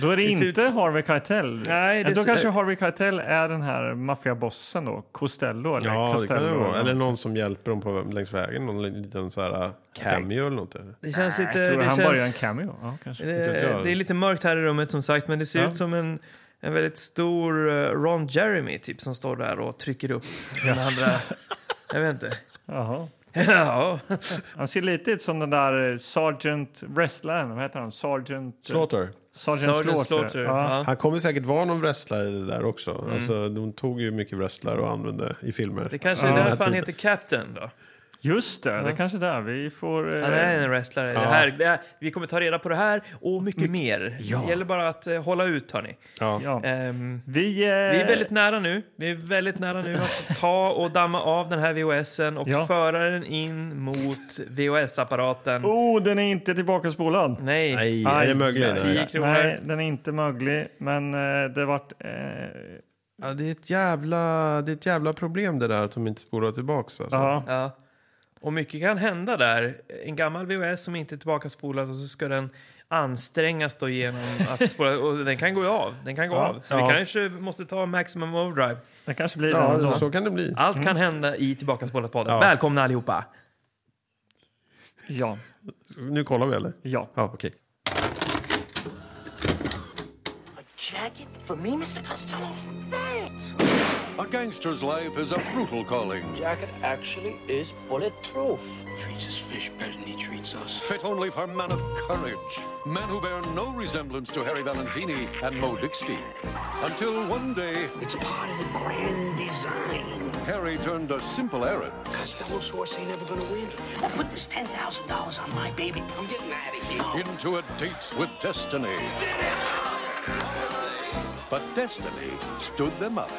Då är det, Det ser inte ut- Harvey Keitel. Nej, det då ser- kanske Harvey Keitel är den här maffiabossen då, Costello eller Ja, det kan det Castello. vara. Eller någon som hjälper dem på, längs vägen. Någon liten så här cameo eller något. där. Det känns Nej, lite... jag tror det han bara gör en känns, cameo. Ja, kanske. eh, det är lite mörkt här i rummet som sagt, men det ser Ja. ut som en, en väldigt stor eh, Ron Jeremy typ som står där och trycker upp den andra. Jag vet inte. Jaha. Ja, Han ser lite ut som den där eh, Sergeant Wrestlaren. Vad heter han? Sergeant... eh, Slaughter. Sergeant, Slaughter. Ja. Ja. Han kommer säkert vara någon wrestlare i det där också. Alltså, de tog ju mycket wrestlare och använde i filmer. Det kanske är Ja. därför han Typ. heter Captain då. Just det, det är kanske där vi får... eh, Han är en wrestlare. Det här, det här, vi kommer ta reda på det här och mycket mer. Det gäller bara att eh, hålla ut hörni. Ja. ja. Ehm, Vi, eh, Vi är väldigt nära nu. Vi är väldigt nära nu att ta och damma av den här VHSen och Ja. föra den in mot VHS-apparaten. Oh, den är inte tillbaka spolad. Nej. Nej, Aj, är det möjligt? tio Nej. kronor. Nej, den är inte möglig, men eh, det vart... Eh, Ja, det, är ett jävla, det är ett jävla problem det där att de inte spolar tillbaka. Alltså. ja. Ja. Och mycket kan hända där. En gammal VHS som inte är tillbakaspolad och så ska den ansträngas då genom att spola. Och den kan gå av. Den kan gå Ja. av. Så Ja. vi kanske måste ta maximum overdrive. Det kanske blir den Ja, ändå. så kan det bli. Allt Mm. kan hända i tillbakaspolat podden. Ja. Välkomna allihopa! Ja, Nu kollar vi eller? ja. Ja, okej. A jacket for me, Mr. Costello? Thanks. A gangster's life is a brutal calling, Jacket actually is bulletproof. treats his fish better than he treats us. fit only for men of courage, men who bear no resemblance to Harry Valentini and Mo Dixie. Until one day, It's part of the grand design. Harry turned a simple errand Costello's horse ain't ever gonna win. I'll put this ten thousand dollars on my baby. I'm getting out of here. into a date with destiny. But destiny stood them up.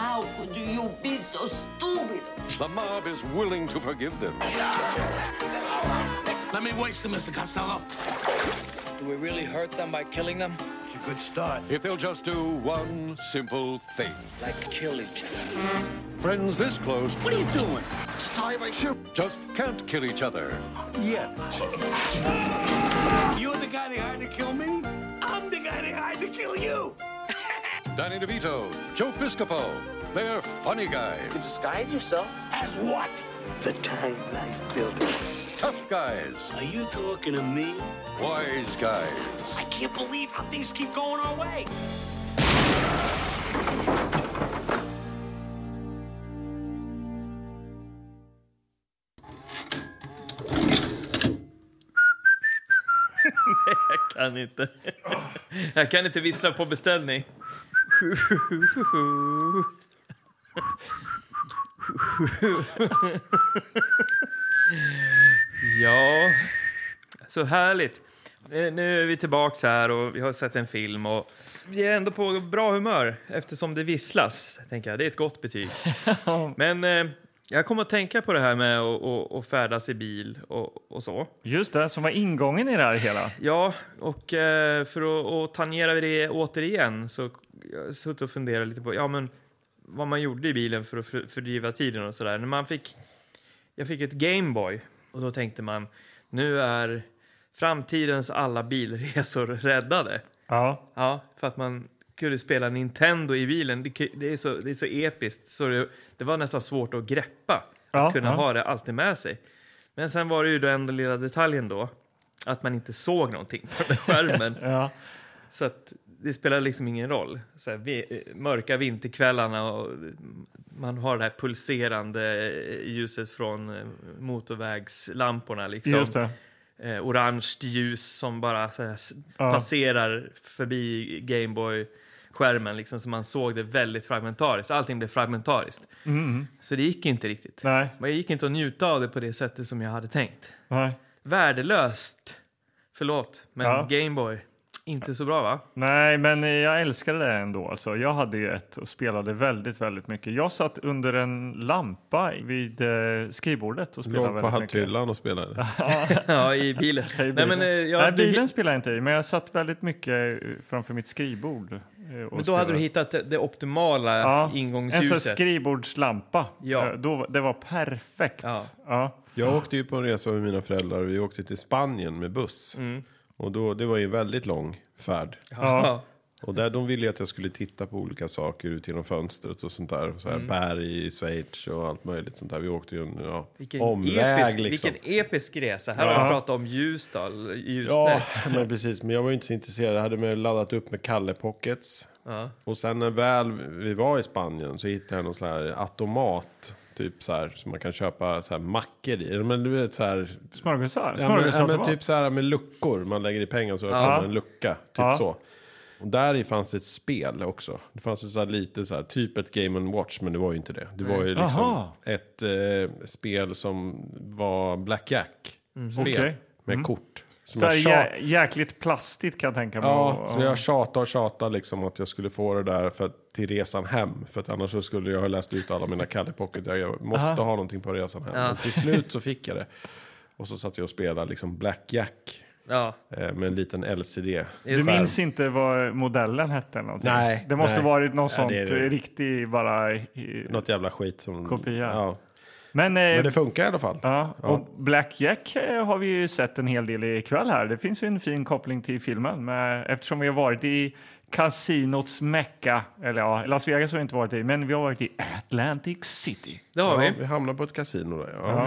How could you be so stupid? The mob is willing to forgive them. Let me waste them, Mr. Costello. Do we really hurt them by killing them? It's a good start. If they'll just do one simple thing. Like kill each other. Friends this close What are you doing? just can't kill each other. You're the guy that hired to kill me? I'm the guy that hired to kill you! Danny DeVito, Joe Piscopo, they're funny guys. Disguise yourself as what? The time life builder. Tough guys. Are you talking to me? Wise guys. I can't believe how things keep going our way. Jag kan inte. Jag kan inte vissla på beställning. Ja, så härligt. Eh, Nu är vi tillbaks här och vi har sett en film och vi är ändå på bra humör eftersom det visslas. Tänker jag. Det är ett gott betyg. Men eh, jag kommer att tänka på det här med att- att att färdas i bil och, och så. Just det, som var ingången i det här hela. Ja, och eh, för att och tangera vid det återigen så jag har suttit och funderat lite på ja, men vad man gjorde i bilen för att för- fördriva tiden och sådär. När man fick, jag fick ett Gameboy och då tänkte man nu är framtidens alla bilresor räddade. Ja, Ja, för att man kunde spela Nintendo i bilen. Det, ku- det, är, så, det är så episkt så det, det var nästan svårt att greppa. Att Ja, kunna ja. ha det alltid med sig. Men sen var det ju den enda lilla detaljen då. Att man inte såg någonting på den här skärmen. ja. så att det spelar liksom ingen roll. Så här, vi, eh, mörka vinterkvällarna och eh, man har det här pulserande eh, ljuset från eh, motorvägslamporna. Liksom just det. eh, orange ljus som bara så här, s- Ja. passerar förbi Gameboy-skärmen. Liksom, så man såg det väldigt fragmentariskt. Allting blev fragmentariskt. Så det gick inte riktigt. Mm, Nej, Men jag gick inte att njuta av det på det sättet som jag hade tänkt. nej, Värdelöst. Förlåt, men Ja. Gameboy. Inte så bra, va? nej, men eh, jag älskade det ändå. Alltså, jag hade ju ett och spelade väldigt, väldigt mycket. Jag satt under en lampa vid eh, skrivbordet och spelade Låg på väldigt mycket. hatthyllan och spelade. Ja, i bilen. I Nej, bilen. men, eh, jag, nej, du- bilen spelade jag inte i, men jag satt väldigt mycket eh, framför mitt skrivbord. eh, och men då spelade. hade du hittat det, det optimala En sån här ingångsljuset. skrivbordslampa. Ja. Eh, Då, det var perfekt. Ja. Ja. Mm. Jag åkte ju på en resa med mina föräldrar. Vi åkte till Spanien med buss. Och då, det var ju en väldigt lång färd. Ja. Och där de ville ju att jag skulle titta på olika saker ut genom fönstret och sånt där. Så här, Mm. Berg i Schweiz och allt möjligt sånt där. Vi åkte ju en ja, Vilken, omväg episk, liksom. vilken episk resa. Här har vi pratat om Ljusdal, Ljusne. Ja, men precis. Men jag var ju inte så intresserad. Jag hade med laddat upp med Kalle Pockets. Och sen när väl vi var i Spanien så hittade jag någon sån här automat. Typ så här som man kan köpa så här mackor i. Men du vet så här. Smörgåsar? Ja, men, ja, Smörgåsar men typ så här med luckor. Man lägger i pengar så öppnar Ja. man en lucka. Typ Ja. så. Och där i fanns det ett spel också. Det fanns ju så här lite så här, typ ett Game Watch, men det var ju inte det. Det var ju liksom Aha. ett eh, spel som var Blackjack-spel Mm. Okej. med kort. Som så här, jag jä jäkligt plastigt kan jag tänka mig. Ja, så Och- jag tjatade och tjatade liksom att jag skulle få det där för, till resan hem. För att annars så skulle jag ha läst ut alla mina Kalle Pocket. Jag, jag måste ha någonting på resan hem. Men till slut så fick jag det. Och så satt jag och spelade liksom Blackjack Ja. eh, med en liten LCD. Du så här. minns inte vad modellen hette? eller Någonting. Nej, Det måste nej. varit någon Ja, sånt det är det. riktig bara... i- Något jävla skit som... Kopia. Ja. Men, eh, Men det funkar i alla fall. ja, och Blackjack eh, har vi ju sett en hel del ikväll här. Det finns ju en fin koppling till filmen med, eftersom vi har varit i kasinots mecka. Eller ja, Las Vegas har vi inte varit i, men vi har varit i Atlantic City. Det har vi. Ja, Mm. vi hamnade på ett kasino där. Ja.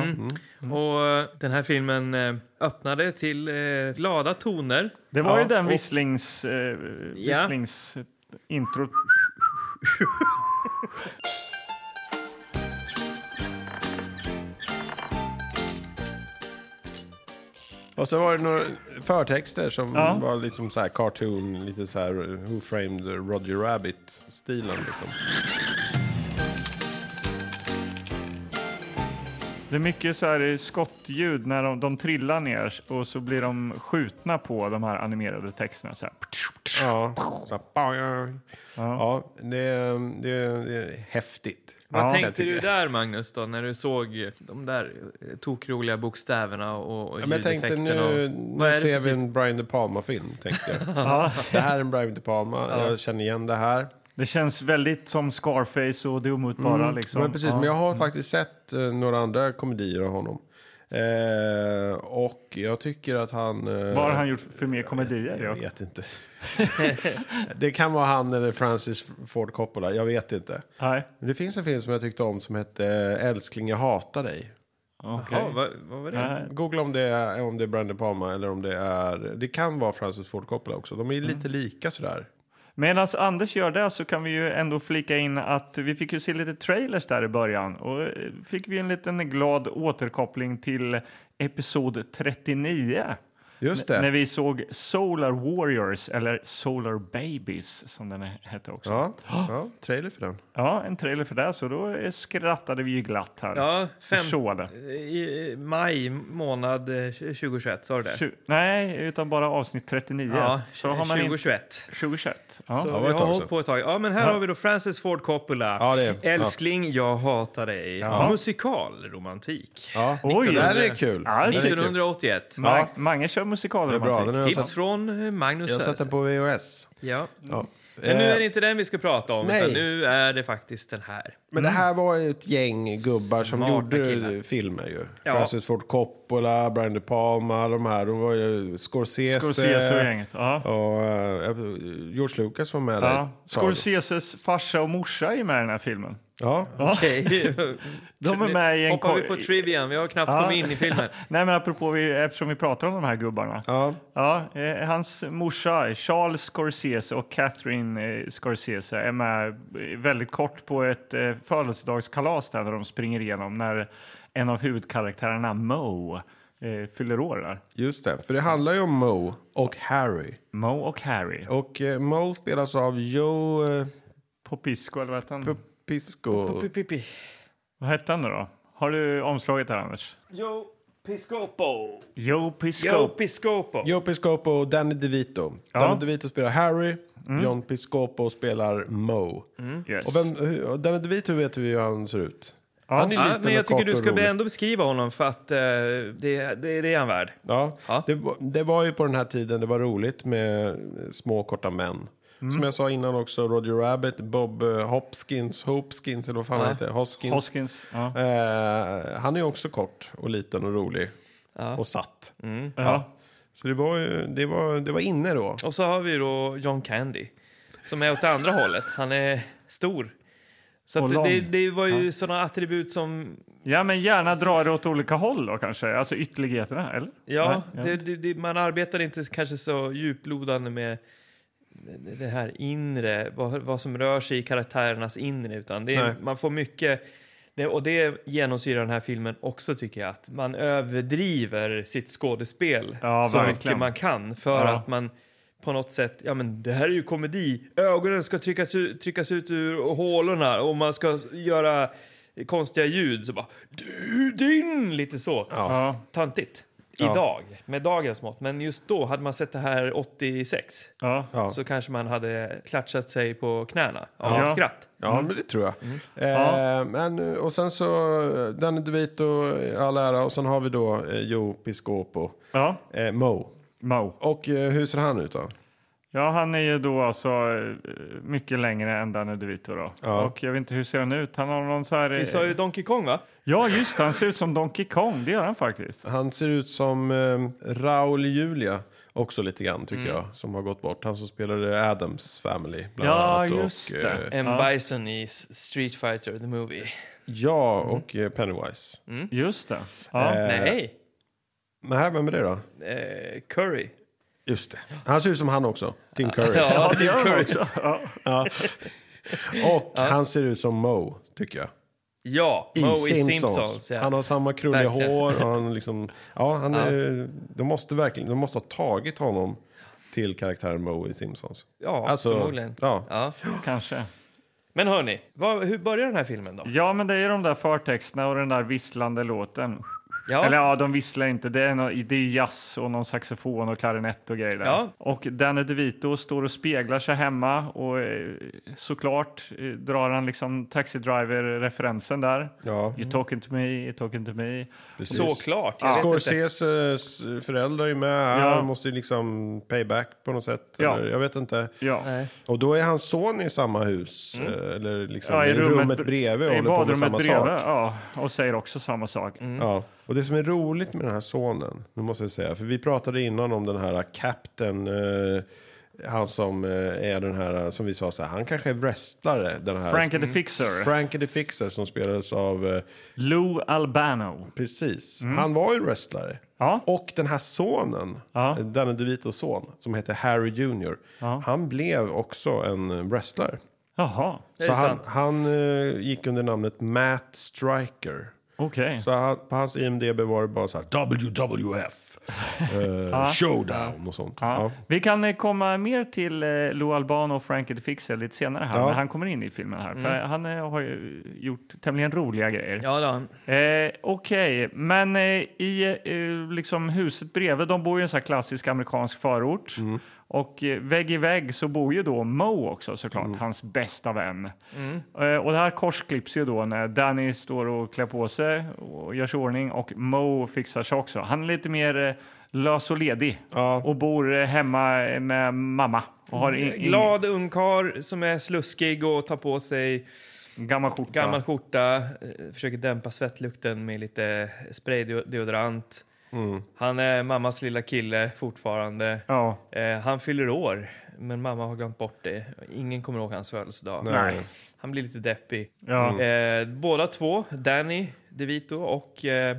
Och eh, den här filmen eh, öppnade till eh, glada toner. Det var Ja, ju den och- visslings... Eh, Ja. visslings intro. Och så var det några förtexter som Ja. var liksom så här cartoon, lite så här Who Framed Roger Rabbit-stilen liksom. Det är mycket så här skottljud när de, de trillar ner och så blir de skjutna på de här animerade texterna. Så här. Ja, så ja. ja det, det, det är häftigt. Vad Ja, tänkte jag du tycker- där, Magnus, då, när du såg de där eh, tokroliga bokstäverna och och Ja, men jag tänkte ljudeffekterna? nu, och- nu Vad är det ser för vi typ? en Brian De Palma-film, tänkte jag. Det här är en Brian De Palma, jag känner igen det här. Det känns väldigt som Scarface och Det omutbara. liksom. Men Mm. precis, ja. men jag har faktiskt sett eh, några andra komedier av honom. Eh, och jag tycker att han... Eh, Vad har han gjort för mer komedier? Jag Ja. vet inte. det kan vara han eller Francis Ford Coppola, jag vet inte. Nej, Men det finns en film som jag tyckte om som hette eh, Älskling jag hatar dig. okej. Ja, vad, vad var det? Nej. Googla om det är, om det är Brandon Palma eller om det är... Det kan vara Francis Ford Coppola också. De är lite lika sådär. Medan Anders gör det så kan vi ju ändå flika in att vi fick ju se lite trailers där i början och eh, fick vi en liten glad återkoppling till episod 39. Just N- När det. vi såg Solar Warriors, eller Solar Babies som den hette också. Ja, ja, trailer för den. Ja, en trailer för det, så då eh, skrattade vi ju glatt här. Ja, fem, Så det. i eh, maj månad eh, 2021, sa du det? Tju- Nej, utan bara avsnitt 39. Ja, så har man inte... 2021. 2021. Ja. Så var vi ett har tag hållit sedan. på ett tag. Ja, men här har vi då Francis Ford Coppola. Ja, det är- ja. Älskling, jag hatar dig. Musikal romantik. Ja, Oj. det där är kul. Ja, Det där är kul. 1981. Ma- Mange kör Det är bra. musikalromantik. Den har jag, Tips satt, från eh, Magnus jag har satt Söderstedt. den på VHS. Ja. Ja. Men nu är Eh, det inte den vi ska prata om, nej. utan nu är det faktiskt den här. Men det här var ju ett gäng gubbar som Smarta gjorde killar. filmer ju. Ja. Francis Ford Coppola, Brian De Palma, alla de här. De var ju Scorsese. Scorsese och gänget. Ja. Och eh, George Lucas var med där. Ja. Scorseses farsa och morsa är med i den här filmen. Ja, Okej. De är med i en Hoppar ko- vi på trivian? Vi har knappt Ja. kommit in i filmen. Nej, men apropå vi, eftersom vi pratar om de här gubbarna. ja. Ja, eh, hans morsa Charles Scorsese och Catherine eh, Scorsese är med eh, väldigt kort på ett eh, födelsedagskalas där de springer igenom när en av huvudkaraktärerna Mo eh, fyller år där. Just det, för det handlar ju om Mo och Harry. Mo och Harry. Och eh, Mo spelas av Joe eh, Popisco eller vad hette han? Pisco. Vad hette han nu då? Har du omslaget där Anders? Yo, Piscopo! Joe Pisco. Yo, Piscopo! Joe Piscopo och Danny DeVito. Danny DeVito spelar Harry, Mm. John Piscopo spelar Mo. Yes. Och vem, hur- och Danny DeVito vet vi hur han ser ut. Han är Ja, liten men jag och tycker kort du och ska rolig. ändå beskriva honom för att eh, det, det, det är han värd. Ja, Ja. Det, var- det var ju på den här tiden det var roligt med eh, små korta män. Mm. Som jag sa innan också, Roger Rabbit, Bob eh, Hopkins, Hopkins eller vad fan han heter, Hoskins. Hoskins. Ja. Eh, han är ju också kort och liten och rolig. Och satt. Ja. Så det var, ju- det var, det var inne då. Och så har vi då John Candy som är åt andra hållet. Han är stor. Så Och att lång. det, det var ju sådana attribut som... Ja, men gärna dra det åt olika håll då kanske, alltså ytterligheterna, eller? Ja, Nej, det, det, det, man arbetar inte kanske så djuplodande med det det här inre, vad, vad som rör sig i karaktärernas inre, utan det Nej. är, man får mycket... Det, och det genomsyrar den här filmen också tycker jag, att man överdriver sitt skådespel Ja, så mycket verkligen. man kan för Ja. att man på något sätt, ja men det här är ju komedi, ögonen ska tryckas ut, tryckas ut ur hålorna och man ska s- göra konstiga ljud, så bara du din, lite så Ja, tantigt Ja. idag med dagens mått. Men just då hade man sett det här 86 ja. Ja. så kanske man hade klatschat sig på knäna av Ja. skratt. Ja, men det tror jag. Eh, Mm. Ja. men, och sen så, eh, Danny DeVito i all ära och sen har vi då eh, Joe Piscopo, ja. eh, Mo. Mo. Och eh, hur ser han ut då? Ja, han är ju då alltså eh, mycket längre än Danny DeVito då. Ja. Och jag vet inte, hur ser han ut? Han har någon så här... eh, Vi sa ju Donkey Kong va? Ja, just det, han ser ut som Donkey Kong, det gör han faktiskt. Han ser ut som eh, Raul Julia också lite grann Mm. tycker jag, som har gått bort. Han som spelade Adams Family bland Ja, annat. just och, det. eh, M. Ja. Bison i S- Street Fighter, the movie. Ja, och eh, Pennywise. Mm. Mm. Just det. Ja. Eh, Nej, Nej, vem är det då? eh, Curry. Just det. Han ser ut som han också, Tim Curry. Ja, typ- Tim Curry. Och han ser ut som Mo, tycker jag. Ja, I Moe i Simpsons. Simpsons. Ja. Han har samma krulliga Verkligen. hår och han liksom... Ja, han är, de måste verkligen... De måste ha tagit honom till karaktären Mo i Simpsons. ja, Alltså, förmodligen. ja. Kanske. Men hörni, vad, hur börjar den här filmen då? Ja, men det är ju de där förtexterna och den där visslande låten. Ja, Eller ja, de visslar inte. Det är, nå- det är jazz och någon saxofon och klarinett och grejer där. Ja. Och Danny DeVito står och speglar sig hemma och eh, såklart eh, drar han liksom Taxi Driver-referensen där. Ja, You're talking to me, you're talking to me. precis. såklart. Jag vet inte. Scorseses eh, föräldrar är ju med. Ja. Han måste ju liksom payback på något sätt. Ja. Eller, jag vet inte. Ja. Och då är hans son i samma hus. eh, Eller liksom Ja, i rummet, bredvid och I håller på med badrummet samma bredvid, sak. Mm. ja. Och säger också samma sak. Ja, och det som är roligt med den här sonen, nu måste jag säga, för vi pratade innan om den här Captain, eh, han som eh, är den här, som vi sa så här, han kanske är wrestlare, den här Frankie the Fixer, Frankie the Fixer som spelades av, eh, Lou Albano. precis, han var ju wrestlare. Mm. Ja. Och den här sonen, Ja. Danny DeVitos son, som heter Harry Jr. Han blev också en wrestler. Jaha, Är Så det han, sant? han eh, gick under namnet Matt Striker. okej. Så han, på hans IMDB var det bara så här WWF, eh, showdown och sånt. Ja. Ja. Vi kan eh, komma mer till eh, Lou Albano och Frankie the Fixer lite senare här, Ja. Mm. när han kommer in i filmen här. För han eh, har ju gjort tämligen roliga grejer. Ja, då. Eh, Okej, men eh, i eh, liksom huset bredvid, de bor ju i en sån här klassisk amerikansk förort. Och eh, vägg i vägg så bor ju då Mo också såklart, hans bästa vän. Eh, och det här korsklipps ju då när Danny står och klär på sig och gör sig i ordning och Mo fixar sig också. Han är lite mer eh, lös och ledig Ja. och bor eh, hemma med mamma. Och har in, Glad ungkar som är sluskig och tar på sig in, gammal skjorta. Gammal skjorta, eh, försöker dämpa svettlukten med lite spraydeodorant. Mm. Han är mammas lilla kille fortfarande. Ja. Eh, han fyller år, men mamma har glömt bort det. Ingen kommer ihåg hans födelsedag. Nej. Han blir lite deppig. Ja. Eh, båda två, Danny DeVito och... Eh,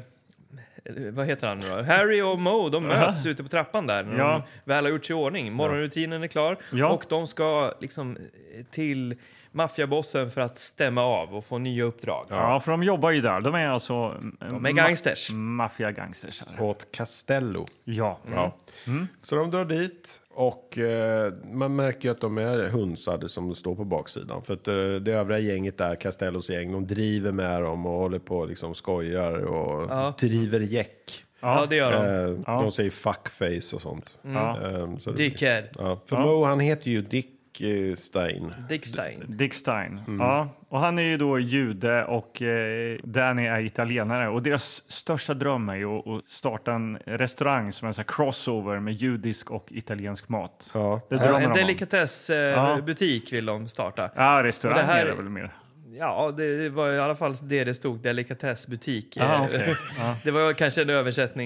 vad heter han nu då? Harry och Mo, de möts ute på trappan där när Ja. de väl har gjort sig i ordning. Morgonrutinen är klar Ja. och de ska liksom till maffiabossen för att stämma av och få nya uppdrag. Ja, för de jobbar ju där. De är alltså... De är gangsters. Maffiagangsters. Åt Castello. Ja. Mm. Ja. Mm. Så de drar dit och eh, man märker ju att de är hunsade som det står på baksidan. För att eh, det övriga gänget där, Castellos gäng, de driver med dem och håller på och liksom skojar och driver gäck. Ja, det gör de. Eh, De säger fuckface och sånt. Mm. Eh, så det- Dickhead. Ja, för Mo han heter ju Dick eh, Stein. Dick Stein. Dick Stein. Ja. Och han är ju då jude och eh, Danny är italienare. Och deras största dröm är ju att- att starta en restaurang som är en sån här crossover med judisk och italiensk mat. Ja. Det En drömmer de om. delikatessbutik vill de starta. Ja, restaurang Och det här- är det väl mer. Ja, det, det var i alla fall det det stod, delikatessbutik. Ah, okej. Ja. Det var kanske en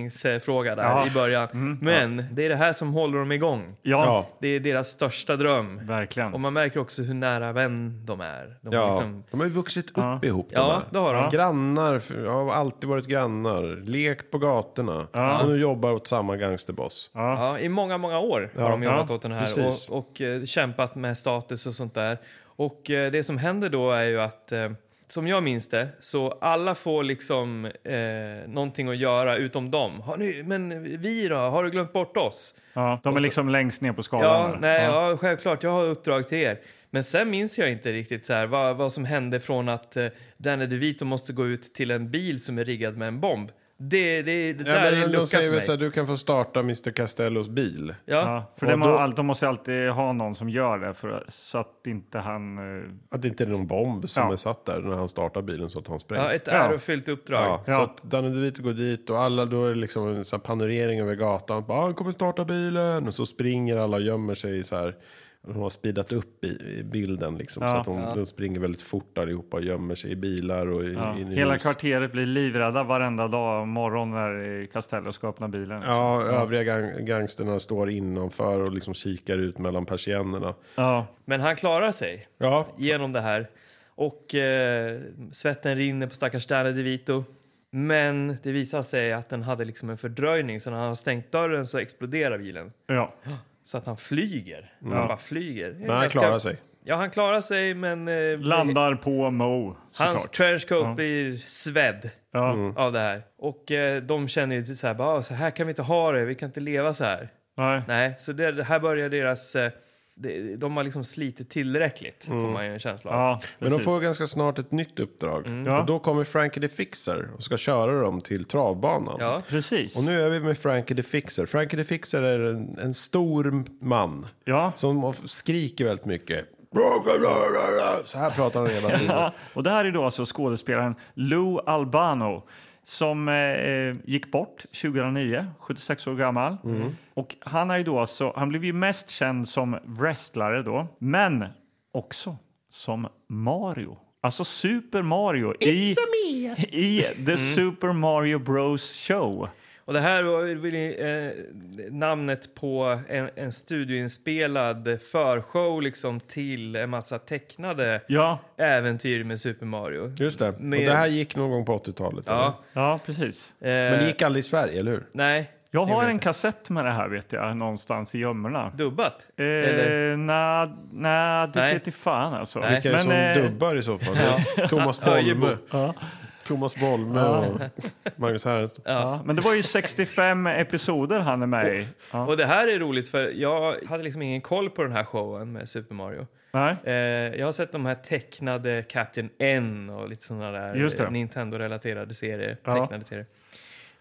översättningsfråga där Ja. Mm. i början. Men det är det här som håller dem igång. Ja, Det är deras största dröm. verkligen. Och man märker också hur nära vän de är. De Ja, ja. Liksom, de har ju vuxit Ja. upp ihop. de ja, här. det har de. Grannar, för- har alltid varit grannar, lekt på gatorna och nu jobbar åt samma gangsterboss. Ja, I många, många år har de Ja, jobbat ja, åt den här precis. och, och eh, kämpat med status och sånt där. Och eh, det som händer då är ju att, eh, som jag minns det, så alla får liksom eh, någonting att göra utom dem. Har ni, men vi då? Har du glömt bort oss? Ja, de är så- liksom längst ner på skalan. Ja, där. nej, ja. självklart. Jag har uppdrag till er. Men sen minns jag inte riktigt så här, vad, vad som hände från att eh, Danny DeVito måste gå ut till en bil som är riggad med en bomb. Det, det, det Ja, där är men en de lucka för säger väl mig. så här, du kan få starta Mr Castellos bil. ja. Ja, för Och det då- må, allt- de måste alltid ha någon som gör det för, så att inte han... eh, Att det inte är någon bomb som Ja. är satt där när han startar bilen så att han sprängs. Ja, Ja, ett ärofyllt uppdrag. Så Ja. att Danny DeVito går dit och alla, då är det liksom en sån här panorering över gatan. Bara, "Ah, han kommer starta bilen! Och så springer alla och gömmer sig i så här. De har speedat upp i, i bilden liksom. Så Ja. att de, de springer väldigt fort allihopa och gömmer sig i bilar och in, Ja. in i Hela hus. kvarteret blir livrädda varenda dag morgon när eh, Castello ska öppna bilen. liksom. Ja, övriga gang gangsterna står innanför och liksom kikar ut mellan persiennerna. Ja. Men han klarar sig Ja, genom det här. Och eh, svetten rinner på stackars Danny DeVito. Men det visar sig att den hade liksom en fördröjning så när han har stängt dörren så exploderar bilen. Ja. Så att han flyger. Han bara flyger. Mm. men han klarar sig. Ja, han klarar sig men... Eh, Landar på Mo Hans såklart. trenchcoat Ja. blir svedd Ja. Mm. av det här. Och eh, de känner ju så här, bara, "Ah, så här kan vi inte ha det, vi kan inte leva så här. Nej. Nej, så det, det här börjar deras... eh, det- De har liksom slitit tillräckligt, Mm. får man ju en känsla av. Ja, Men de precis. Mm. får ganska snart ett nytt uppdrag. Ja. Och då kommer Frankie the Fixer och ska köra dem till travbanan. Ja. Precis. Och nu är vi med Frankie the Fixer. Frankie the Fixer är en, en stor man Ja. som of- skriker väldigt mycket. Så här pratar han hela tiden. Ja, och det här är då alltså skådespelaren Lou Albano som eh, gick bort 2009, 76 år gammal. Mm. Och han, är ju då alltså, han blev ju mest känd som wrestlare då, men också som Mario. Alltså Super Mario i, i The Mm. Super Mario Bros Show. Och det här var väl, eh, namnet på en, en studioinspelad förshow liksom, till en massa tecknade Ja, äventyr med Super Mario. Just det. Och Med- det här gick någon gång på 80-talet. eller? Ja, ja precis. eh, Men det gick aldrig i Sverige, eller hur? Nej, Jag Det har vet en jag. kassett med det här vet jag, någonstans i gömmorna. dubbat. Eller? Eh, nej, nej, det Nej. vete fan alltså. Nej. Vilka är det som eh, dubbar i så fall? Thomas Höjebo. Bolme. Thomas Bolme och Magnus Härenstam. Ja, men det var ju 65 episoder han är med i. Ja. Och det här är roligt för jag hade liksom ingen koll på den här showen med Super Mario. Nej. Eh, jag har sett de här tecknade Captain N och lite sådana Just där det. eh, Nintendo-relaterade serier, Ja. tecknade serier.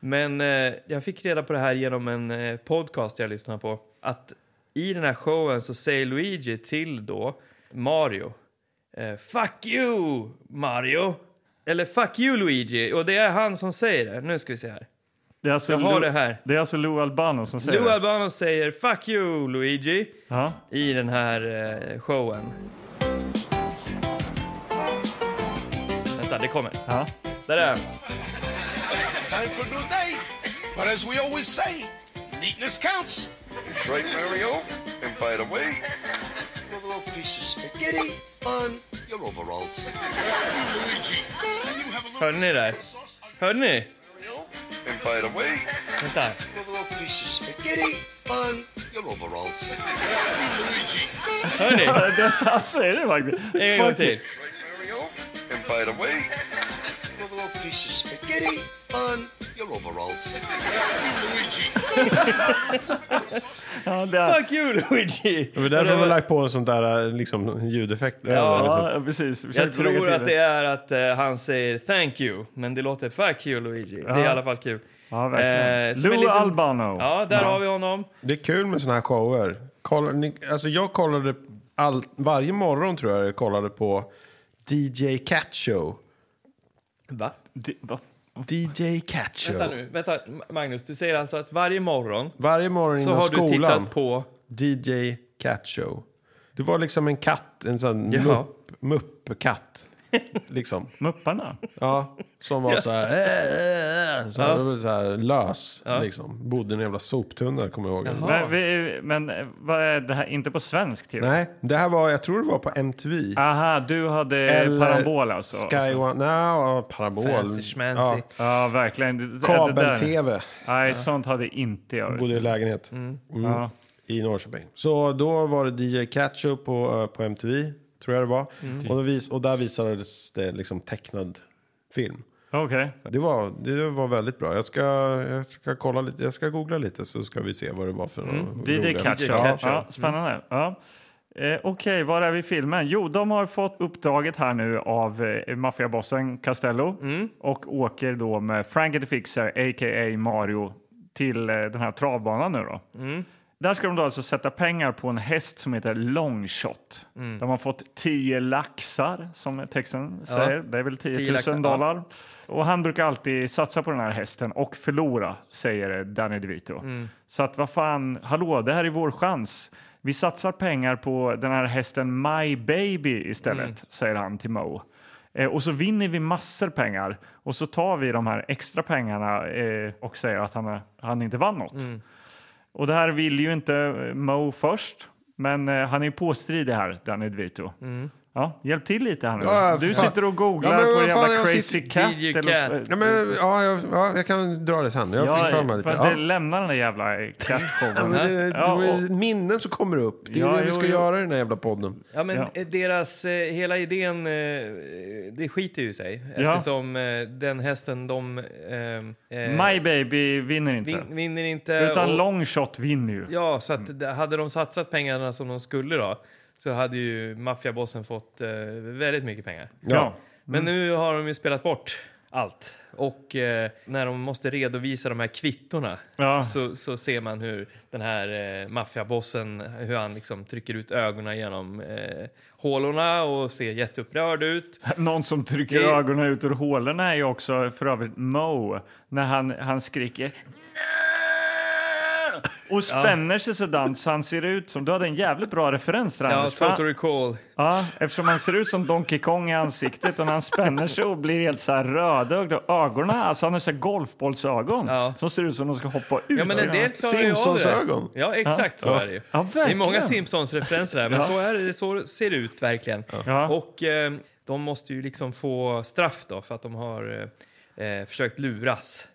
Men eh, jag fick reda på det här genom en eh, podcast jag lyssnade på. Att i den här showen så säger Luigi till då Mario. Eh, fuck you Mario! Eller fuck you Luigi! Och det är han som säger det. Nu ska vi se här. Det är alltså Jag har Lou- det här. Det är alltså Lou Albano som säger Lou det. Albano säger fuck you Luigi Ja. i den här eh, showen. Vänta, det kommer. Ja. Där är han. Time for a new day. But as we always say, neatness counts. That's right, Mario. And by the way, have a little piece of spaghetti on your overalls. Luigi, and you have a little Hörde ni det? Hörde ni? And by the way, Vänta. have a little piece of spaghetti on your overalls. Luigi. Hör ni? Det är så han säger det faktiskt. En gång till. That's right, Mario. And by the way, have a little piece of spaghetti on your overalls. Ja, det är, Fuck you Luigi! Det var därför de har lagt på en sån där eh, liksom, ljudeffekt. Eller, ja, precis. Försökte Jag tror lägga till att det är att eh, han säger thank you, men det låter fuck you Luigi. Det är i alla fall kul. Ja, verkligen. Eh, som Lou en liten- Albano. Ja, där har vi honom. Det är kul med såna här shower. Kolla, ni, alltså jag kollade all, varje morgon tror jag jag kollade på DJ Cat Show. Va? Det- va- DJ Cat Vänta Show. nu, vänta. Magnus, du säger alltså att varje morgon Varje morgon så innan har du skolan. tittat på... DJ Cat Show. Det var liksom en katt, en sån Jaha. mupp- mupp-katt. Liksom. Mupparna? Ja, som var så här... "Äh, äh, äh", Så här, Ja. det var så här lös, liksom. Bodde i en jävla soptunna, kommer jag ihåg. Men, vi, men eh, vad är det här? Inte på svensk tv? Nej, det här var, jag tror det var på MTV. Aha, du hade parabol alltså? Sky One, no, parabol. Fancy Ja. schmancy. Ja, verkligen. Det- det- det Kabel-tv. där- Nej, sånt hade inte jag. Bodde i lägenhet. Mm. Ja. I Norrköping. Så då var det DJ Ketchup på, eh, på MTV, tror jag det var. Mm. Och, då vis, och där visades det liksom tecknad film. Okej. Det var, det var väldigt bra. Jag ska, jag ska kolla lite, jag ska googla lite så ska vi se vad det var för Mm. några DJ roliga- Catcher. Ja. Ja. spännande. Mm. Ja. Eh, Okej, var är vi i filmen? Jo, de har fått uppdraget här nu av eh, maffiabossen Castello Mm. och åker då med Frankie the Fixer, a.k.a. Mario, till eh, den här travbanan nu då. Mm. Där ska de då alltså sätta pengar på en häst som heter Longshot. Mm. De har fått 10 laxar, som texten Ja. säger. Det är väl 10 10 000 laxar, ja. dollar. Och han brukar alltid satsa på den här hästen och förlora, säger Danny DeVito. Mm. Så att vad fan, hallå, det här är vår chans. Vi satsar pengar på den här hästen My Baby istället, Mm. säger han till Mo. Eh, och så vinner vi massor pengar och så tar vi de här extra pengarna eh, och säger att han, han inte vann något. Mm. Och det här vill ju inte eh, Mo först, men eh, han är ju påstridig här, Danny DeVito. Mm. Ja, hjälp till lite här nu. Ja, du fan. sitter och googlar Ja, men på vad fan, jävla jag Crazy sitter- Cat. DJ eller- Ja, men, ja, jag, ja, jag kan dra det sen. Jag Ja, fick för mig lite. för Ja. det lämnar den där jävla eh, Ja, cat-showen. men det, det Ja, var och- ju minnen som kommer upp. Det är Ja, det vi jo, ska jo. göra i den här jävla podden. Ja, men Ja. eh, deras eh, hela idén, eh, det skiter ju sig Ja. eftersom eh, den hästen de... ehm, eh, My Baby vinner inte. vin, vinner inte. Utan och- long shot vinner ju. Ja, så att det- hade de satsat pengarna som de skulle då så hade ju maffiabossen fått eh, väldigt mycket pengar. Ja. Ja. Men Mm. nu har de ju spelat bort allt. Och eh, när de måste redovisa de här kvittorna Ja. så, så ser man hur den här eh, maffiabossen, hur han liksom trycker ut ögonen genom eh, hålorna och ser jätteupprörd ut. Någon som trycker Det- ögonen ut ur hålorna är ju också för övrigt Mo när han, han skriker "Nej!" och spänner sig sådant så han ser ut som... Du hade en jävligt bra referens där, Ja, Anders, för han- total recall. Ja, eftersom han ser ut som Donkey Kong i ansiktet och när han spänner sig och blir helt så här rödögd och ögonen, alltså han har så här golfbollsögon som ser ut som de ska hoppa ut. Ja, men en del klarar ju av det. Ja, exakt så Ja. är det ju. Ja, det är verkligen. många Simpsons-referenser här, men Ja. så, är det, så ser det ut verkligen. Och eh, de måste ju liksom få straff då för att de har eh, eh, försökt luras.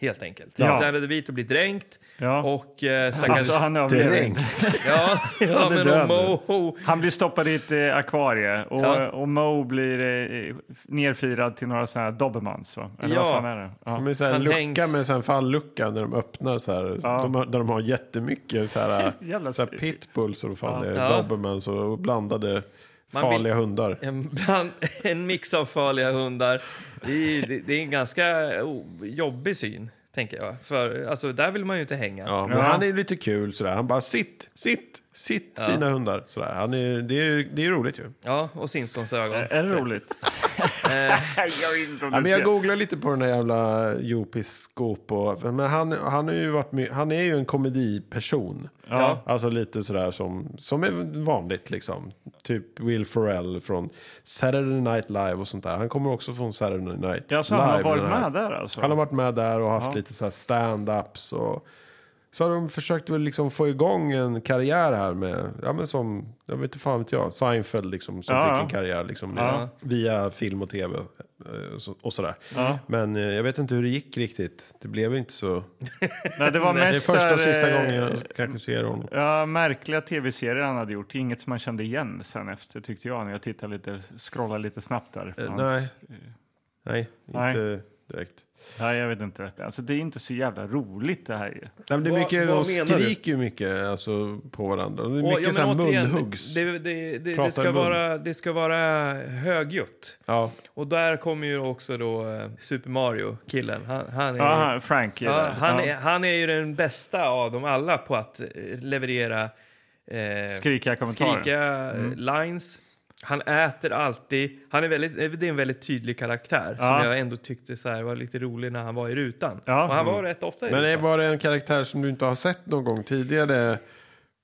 Helt enkelt. Ja. Ja. Danny DeVito blir dränkt Ja. och eh, stackars... Alltså, han överlever. Dränkt. ja, ja Han är men död och nu. Moho... Han blir stoppad i ett eh, akvarie och, Ja. och Mo blir eh, nerfirad till några sådana här dobermans. Va? Eller vad fan är det? Ja. Med så här en lucka med en fallucka där de öppnar så här. Ja. De, har- där de har jättemycket så här, Jävla så här pitbulls och vad fan Ja. det är, Ja. dobermans och blandade Man vill- farliga hundar. En, bland, en mix av farliga hundar. Det är, det, det är en ganska oh, jobbig syn, tänker jag. För alltså, där vill man ju inte hänga. Ja, men han är lite kul sådär. Han bara sitt, sitt, sitt Ja. fina hundar. Sådär. Han är, det, är, det är roligt ju. Ja, och Simpsons ögon. Är det roligt? Eh. Ja, men jag googlar lite på den där jävla Jopis Skop och, men han, han, har ju varit my- han är ju en komediperson. Ja. Alltså lite sådär som, som är vanligt liksom. Typ Will Ferrell från Saturday Night Live och sånt där. Han kommer också från Saturday Night Ja, så Live. han har varit den här. med där alltså? Han har varit med där och haft Ja. lite så här stand-ups och så har de försökt väl liksom få igång en karriär här med, ja men som, jag vet inte fan vet jag, Seinfeld liksom som Ja, fick ja. en karriär liksom Ja. via film och tv eh, och så- och sådär. Ja. Men eh, jag vet inte hur det gick riktigt, det blev inte så. Nej, det var det är mest första där, och sista eh, gången jag kanske ser honom. Ja, märkliga tv-serier han hade gjort. Inget som man kände igen sen efter tyckte jag när jag tittade lite, scrollade lite snabbt där. på Eh, hans- nej. nej, Nej. inte direkt. Nej, jag vet inte. Alltså det är inte så jävla roligt det här Eh, ju. Nej, men det är mycket, vad de menar du? skriker ju mycket alltså, på varandra. Det är Och, mycket ja, så här men återigen, munhuggs. Det, det, det, Prata i det, ska mun. vara, det ska vara högljutt. Ja. Och där kommer ju också då eh, Super Mario-killen. Han, han är, Ja, han- Frank, ja, ja. han, Ja. är, han är ju den bästa av dem alla på att eh, leverera... Eh, Skrikiga kommentarer. Mm. skrikiga, eh, lines. Han äter alltid. Han är väldigt, eh, det är en väldigt tydlig karaktär Ja. som jag ändå tyckte så här var lite rolig när han var i rutan. Och han var Mm. rätt ofta i Men rutan. är var det en karaktär som du inte har sett någon gång tidigare?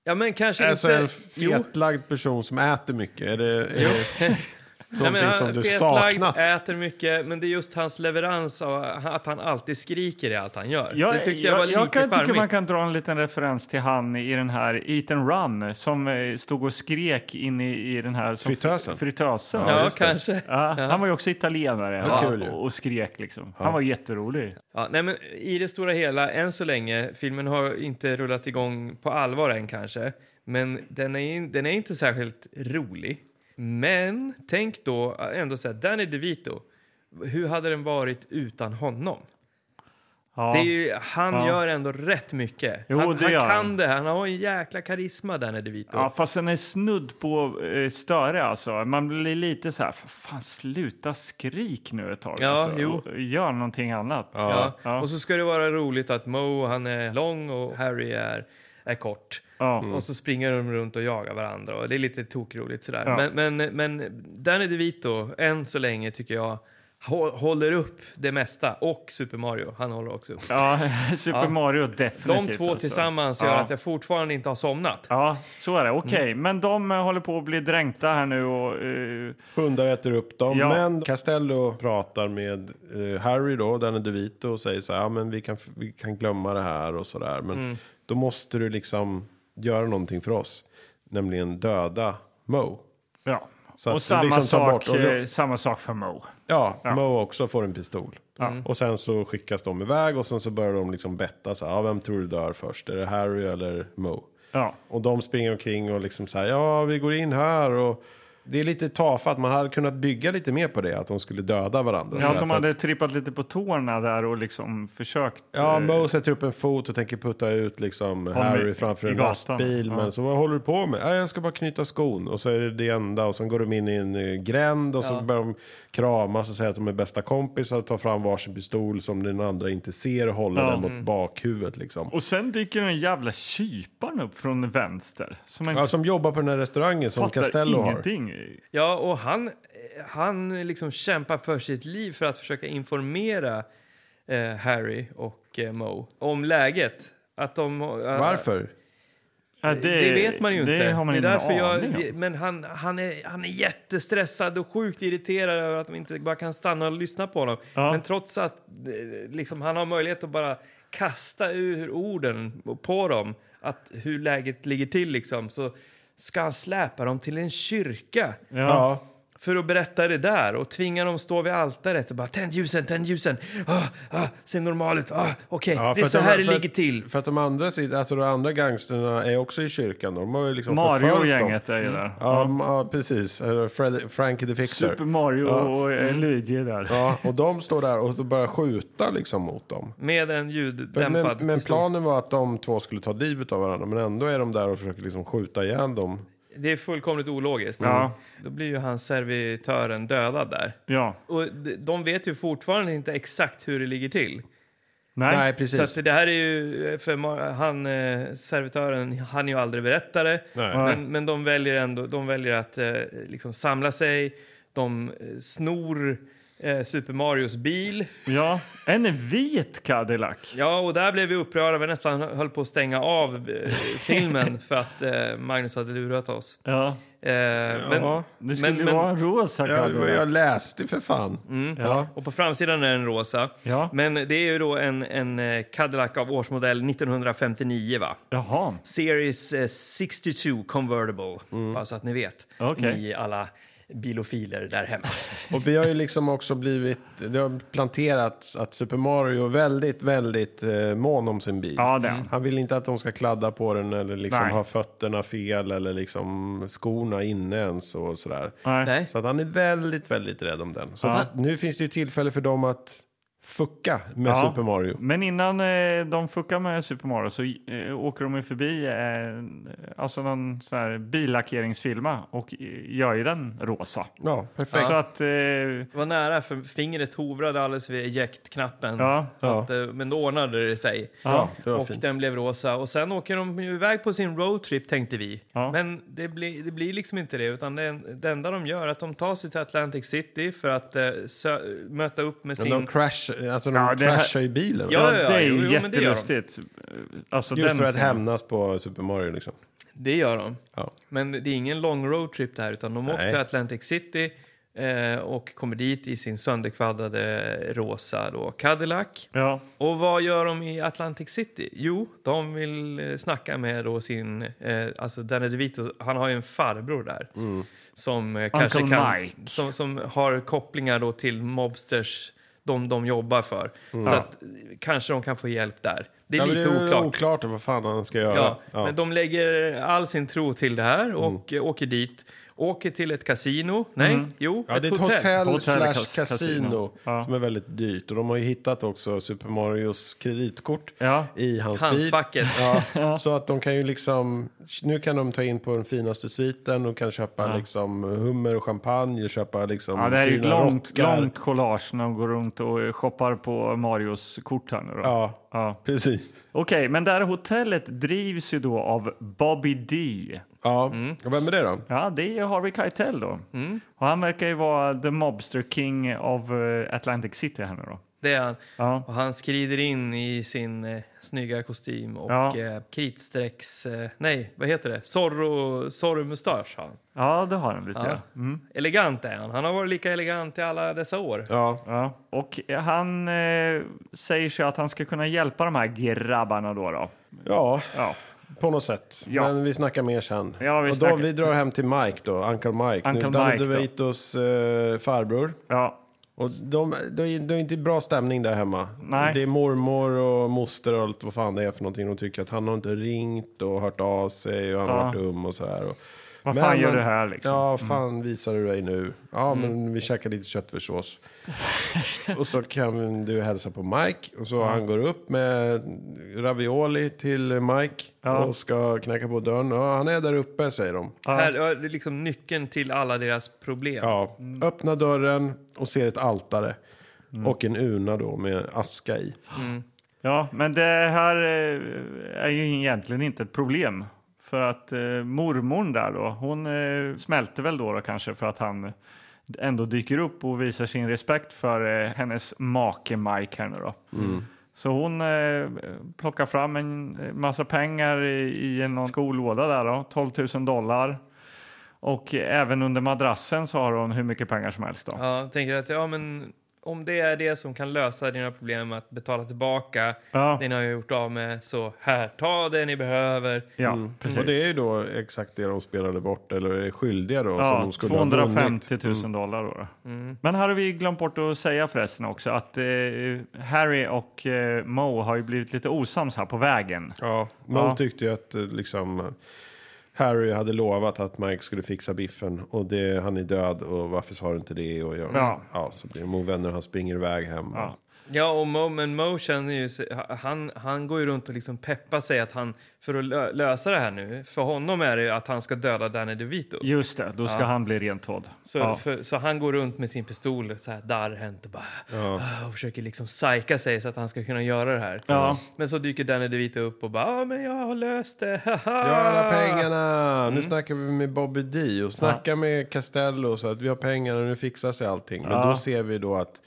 Ja, men kanske alltså inte... en Jo. fetlagd person som äter mycket? Är det, är det, Nej, men äh, Någonting som du fetlagd, saknat. äter mycket, men det är just hans leverans av att han alltid skriker i allt han gör. det tyckte jag, var jag, lite kan tycka charmigt. man kan dra en liten referens till han i den här Eat and Run som eh, stod och skrek in i, i den här som fritösen. fritösen. Ja, just det. kanske. Ja, Han var ju också italienare Ja, ja, kul ju. och, och skrek liksom. Ja. Han var jätterolig. Ja, nej, men I det stora hela, än så länge, filmen har inte rullat igång på allvar än kanske, men den är, den är inte särskilt rolig. Men tänk då ändå så här, Danny DeVito, hur hade den varit utan honom? Ja. Det är ju, han Ja. gör ändå rätt mycket. Jo, han det han gör kan han. det, han har en jäkla karisma Danny DeVito. Ja, fast den är snudd på eh, större alltså. Man blir lite så här, "För fan sluta skrik nu ett tag. Ja, alltså. jo. Och Gör någonting annat. Ja. Och så ska det vara roligt att Mo han är lång och Harry är, är kort. Ja. Och så springer de runt och jagar varandra och det är lite tokroligt sådär. Ja. Men, men, men Danny DeVito, än så länge tycker jag, hå- håller upp det mesta. Och Super Mario, han håller också upp. Ja, Super Ja. Mario definitivt. De två alltså. tillsammans gör Ja. att jag fortfarande inte har somnat. Ja, så är det. Okej, Mm. men de eh, håller på att bli dränkta här nu och... eh, Hundar äter upp dem. Ja. Men Castello pratar med eh, Harry då, Danny DeVito, och säger så här, ja men vi kan, vi kan glömma det här och så där. Men Mm. då måste du liksom göra någonting för oss, nämligen döda Mo. Ja, Så och att du samma, liksom tar sak, bort- och- eh, samma sak för Mo. Ja, Mo också får en pistol. Ja. Mm. Och sen så skickas de iväg och sen så börjar de liksom betta så här, ja, vem tror du dör först? Är det Harry eller Mo? Ja. Och de springer omkring och liksom så här, ja vi går in här och det är lite tafatt. Man hade kunnat bygga lite mer på det, att de skulle döda varandra. Ja, Så här, att de för hade trippat lite på tårna där och liksom försökt... Ja, eh, Mo sätter upp en fot och tänker putta ut liksom Om Harry i- framför i en gatan. lastbil. Ja. Men så vad håller du på med? "Nej, jag ska bara knyta skon. Och så är det det enda. Och sen går de in i en eh, gränd och Ja. så börjar de kramas och säga att de är bästa kompisar. Tar fram varsin pistol som den andra inte ser och håller Ja. den mot Mm. bakhuvudet liksom. Och sen dyker den jävla kyparen upp från vänster. Som man Ja, som jobbar på den här restaurangen som fattar Castello har. ingenting. Ja, och han, han liksom kämpar för sitt liv för att försöka informera eh, Harry och eh, Mo om läget. Att de, eh, Varför? Ja, det, vet man ju inte. Det har man är ingen därför aning om. jag, Men han, han, är, han är jättestressad och sjukt irriterad över att de inte bara kan stanna och lyssna på honom. Men trots att eh, liksom, han har möjlighet att bara kasta ur orden på dem att hur läget ligger till liksom, så ska han släpa dem till en kyrka. Ja. Ja. För att berätta det där och tvinga dem stå vid altaret och bara tänd ljusen, tänd ljusen, ah, ah, se normal ut, ah, okej, Ja, det för är att så de- här det för att- ligger till. För att de andra, sid- alltså de andra gangsterna är också i kyrkan. De har ju liksom Mario förföljt och dem. gänget är ju där. Mm. Ja, m- ja precis. Eller Fred, Frankie the Fixer. Super Mario Ja. och eh, Mm. Luigi är där. Ja, och de står där och så börjar skjuta liksom mot dem. Med en ljuddämpad Men, men, men pistol. planen var att de två skulle ta livet av varandra, men ändå är de där och försöker liksom skjuta ihjäl dem. Det är fullkomligt ologiskt. Ja. Då blir ju han servitören dödad där. Ja. Och de- de vet ju fortfarande inte exakt hur det ligger till. Nej. Nej, precis. Så att det här är ju, för ma- han, eh, servitören, han ju aldrig berätta det. Nej. Men, men de väljer ändå, de väljer att eh, liksom samla sig, de eh, snor eh, Super Marios bil. Ja, en vit Cadillac. Ja, och där blev vi upprörda, vi nästan höll på att stänga av eh, filmen för att eh, Magnus hade lurat oss. Ja. Eh, men, Det skulle men- ju men- vara en rosa Cadillac. läste för fan. Mm. Ja. Och på framsidan är den rosa. Ja. Men det är ju då en, en eh, Cadillac av årsmodell 1959 va? Jaha. Series eh, 62 Convertible. Mm. Bara så att ni vet. Okej. Ni alla bilofiler där hemma. Och vi har ju liksom också blivit, det har planterats att Super Mario är väldigt, väldigt eh, mån om sin bil. Ja, Mm. det är han. Han vill inte att de ska kladda på den eller liksom Nej. ha fötterna fel eller liksom skorna inne ens och sådär. Nej. Så att han är väldigt, väldigt rädd om den. Så Ja. att nu finns det ju tillfälle för dem att fucka med Ja. Super Mario. Men innan eh, de fuckar med Super Mario så eh, åker de ju förbi eh, alltså någon sån här billackeringsfirma och eh, gör ju den rosa. Ja, perfekt. Så att, eh, Det var nära, för fingret hovrade alldeles vid eject-knappen. Ja. Så Att, eh, men då ordnade det sig. Ja, det var och fint. den blev rosa. Och sen åker de ju iväg på sin roadtrip, tänkte vi. Men det, blir det blir liksom inte det. Utan det, det enda de gör är att de tar sig till Atlantic City för att eh, sö- möta upp med Men sin... de crash, alltså de det här- crashar ju bilen. Ja, ja, ja, det är jo, jo, ju men det gör de. jättelustigt. Alltså, Just den för att scenen. hämnas på Super Mario liksom. Det gör de. Men det är ingen lång roadtrip det här utan de åkte Nej. till Atlantic City, eh, eh, och kommer dit i sin sönderkvaddade rosa då, Cadillac. Mm, Ja. Och vad gör de i Atlantic City? Jo, de vill eh, snacka med då sin... Eh, alltså Danny DeVito, han har ju en farbror där. Mm. Som eh, Uncle kanske kan... Mike. Som, som har kopplingar då till mobsters, de de jobbar för. Mm. Så Ja. att, eh, kanske de kan få hjälp där. Det är Ja, men lite det är oklart. oklart vad fan han ska göra. Ja, Men de lägger all sin tro till det här och eh, åker dit. Åker till ett kasino. Nej, Mm. jo, ja, ett det är ett hotell. hotell, slash kasino som är väldigt dyrt. Och de har ju hittat också Super Marios kreditkort i hans Handskfacket. bil. Ja, så att de kan ju liksom, nu kan de ta in på den finaste sviten och kan köpa Ja. liksom hummer och champagne och köpa liksom Ja, det är ju ett fina långt, rockar. långt collage när de går runt och shoppar på Marios kort här nu då. Ja, precis. Okej, men det här hotellet drivs ju då av Bobby D. Ja, och vem är det då? Ja, det är Harvey Keitel då. Mm. Och han verkar ju vara the mobster king av eh, Atlantic City här nu då. Det är han. Ja. Och han skrider in i sin eh, snygga kostym och Ja. eh, kritstrecks... Eh, nej, vad heter det? Zorro- Zorro-mustasch har han. Ja, det har han lite. Ja. Ja. Mm. Elegant är han. Han har varit lika elegant i alla dessa år. Ja. Och eh, han eh, säger sig att han ska kunna hjälpa de här grabbarna då. då. Ja, ja. på något sätt. Men vi snackar mer sen. Ja, vi och snackar- då, vi drar hem till Mike då, Uncle Mike. Uncle nu, Danny Mike då. DeVitos eh, farbror. Ja. Och de, det är det är inte bra stämning där hemma. Nej. Det är mormor och moster och allt vad fan det är för någonting. De tycker att han har inte ringt och hört av sig och han Ja. har varit dum och sådär. Och, Vad fan gör du här, liksom? Ja, Mm. fan visar du dig nu? Ja, Mm. men vi käkar lite köttfärssås. och så kan du hälsa på Mike. Och så han går upp med ravioli till Mike Ja. och ska knacka på dörren. Ja, han är där uppe säger de. Här är det liksom nyckeln till alla deras problem. Ja, öppna dörren och ser ett altare. Och en urna då med aska i. Ja, men det här eh, är ju egentligen inte ett problem. För att eh, mormorn där då, hon eh, smälter väl då, då kanske för att han ändå dyker upp och visar sin respekt för eh, hennes make Mike här nu då. Mm. Så hon eh, plockar fram en eh, massa pengar i, i en någon skolåda där då, 12 000 dollar. Och även under madrassen så har hon hur mycket pengar som helst då. Ja, jag tänker att ja, men om det är det som kan lösa dina problem att betala tillbaka Ja. det ni har gjort av med, så här, ta det ni behöver. Mm. Och det är ju då exakt det de spelade bort, eller är skyldiga då. som Ja, de skulle ha vunnit. Mm. 250 000 dollar då. då. Men här har vi glömt bort att säga förresten också att eh, Harry och eh, Mo har ju blivit lite osams här på vägen. Ja, Mo Ja. tyckte ju att eh, liksom, Harry hade lovat att Mike skulle fixa biffen och det, han är död och varför sa du inte det? Och jag, Ja. så blir de ovänner och han springer iväg hem. Ja. Ja, och Mo, men Mo känner ju sig, han, han går ju runt och liksom peppar sig att han, för att lö, lösa det här nu, för honom är det ju att han ska döda Danny DeVito. Just det, då ska Ja. han bli rentvådd. Så, ja. för, så han går runt med sin pistol så här darrhänt och bara "Ah", och försöker liksom psyka sig så att han ska kunna göra det här. Ja. Men så dyker Danny DeVito upp och bara ah, men jag har löst det. Ah. Göra pengarna! Mm. Nu snackar vi med Bobby D och snackar med Castello så att vi har pengarna och nu fixar sig allting. Men Ja. Ah. då ser vi då att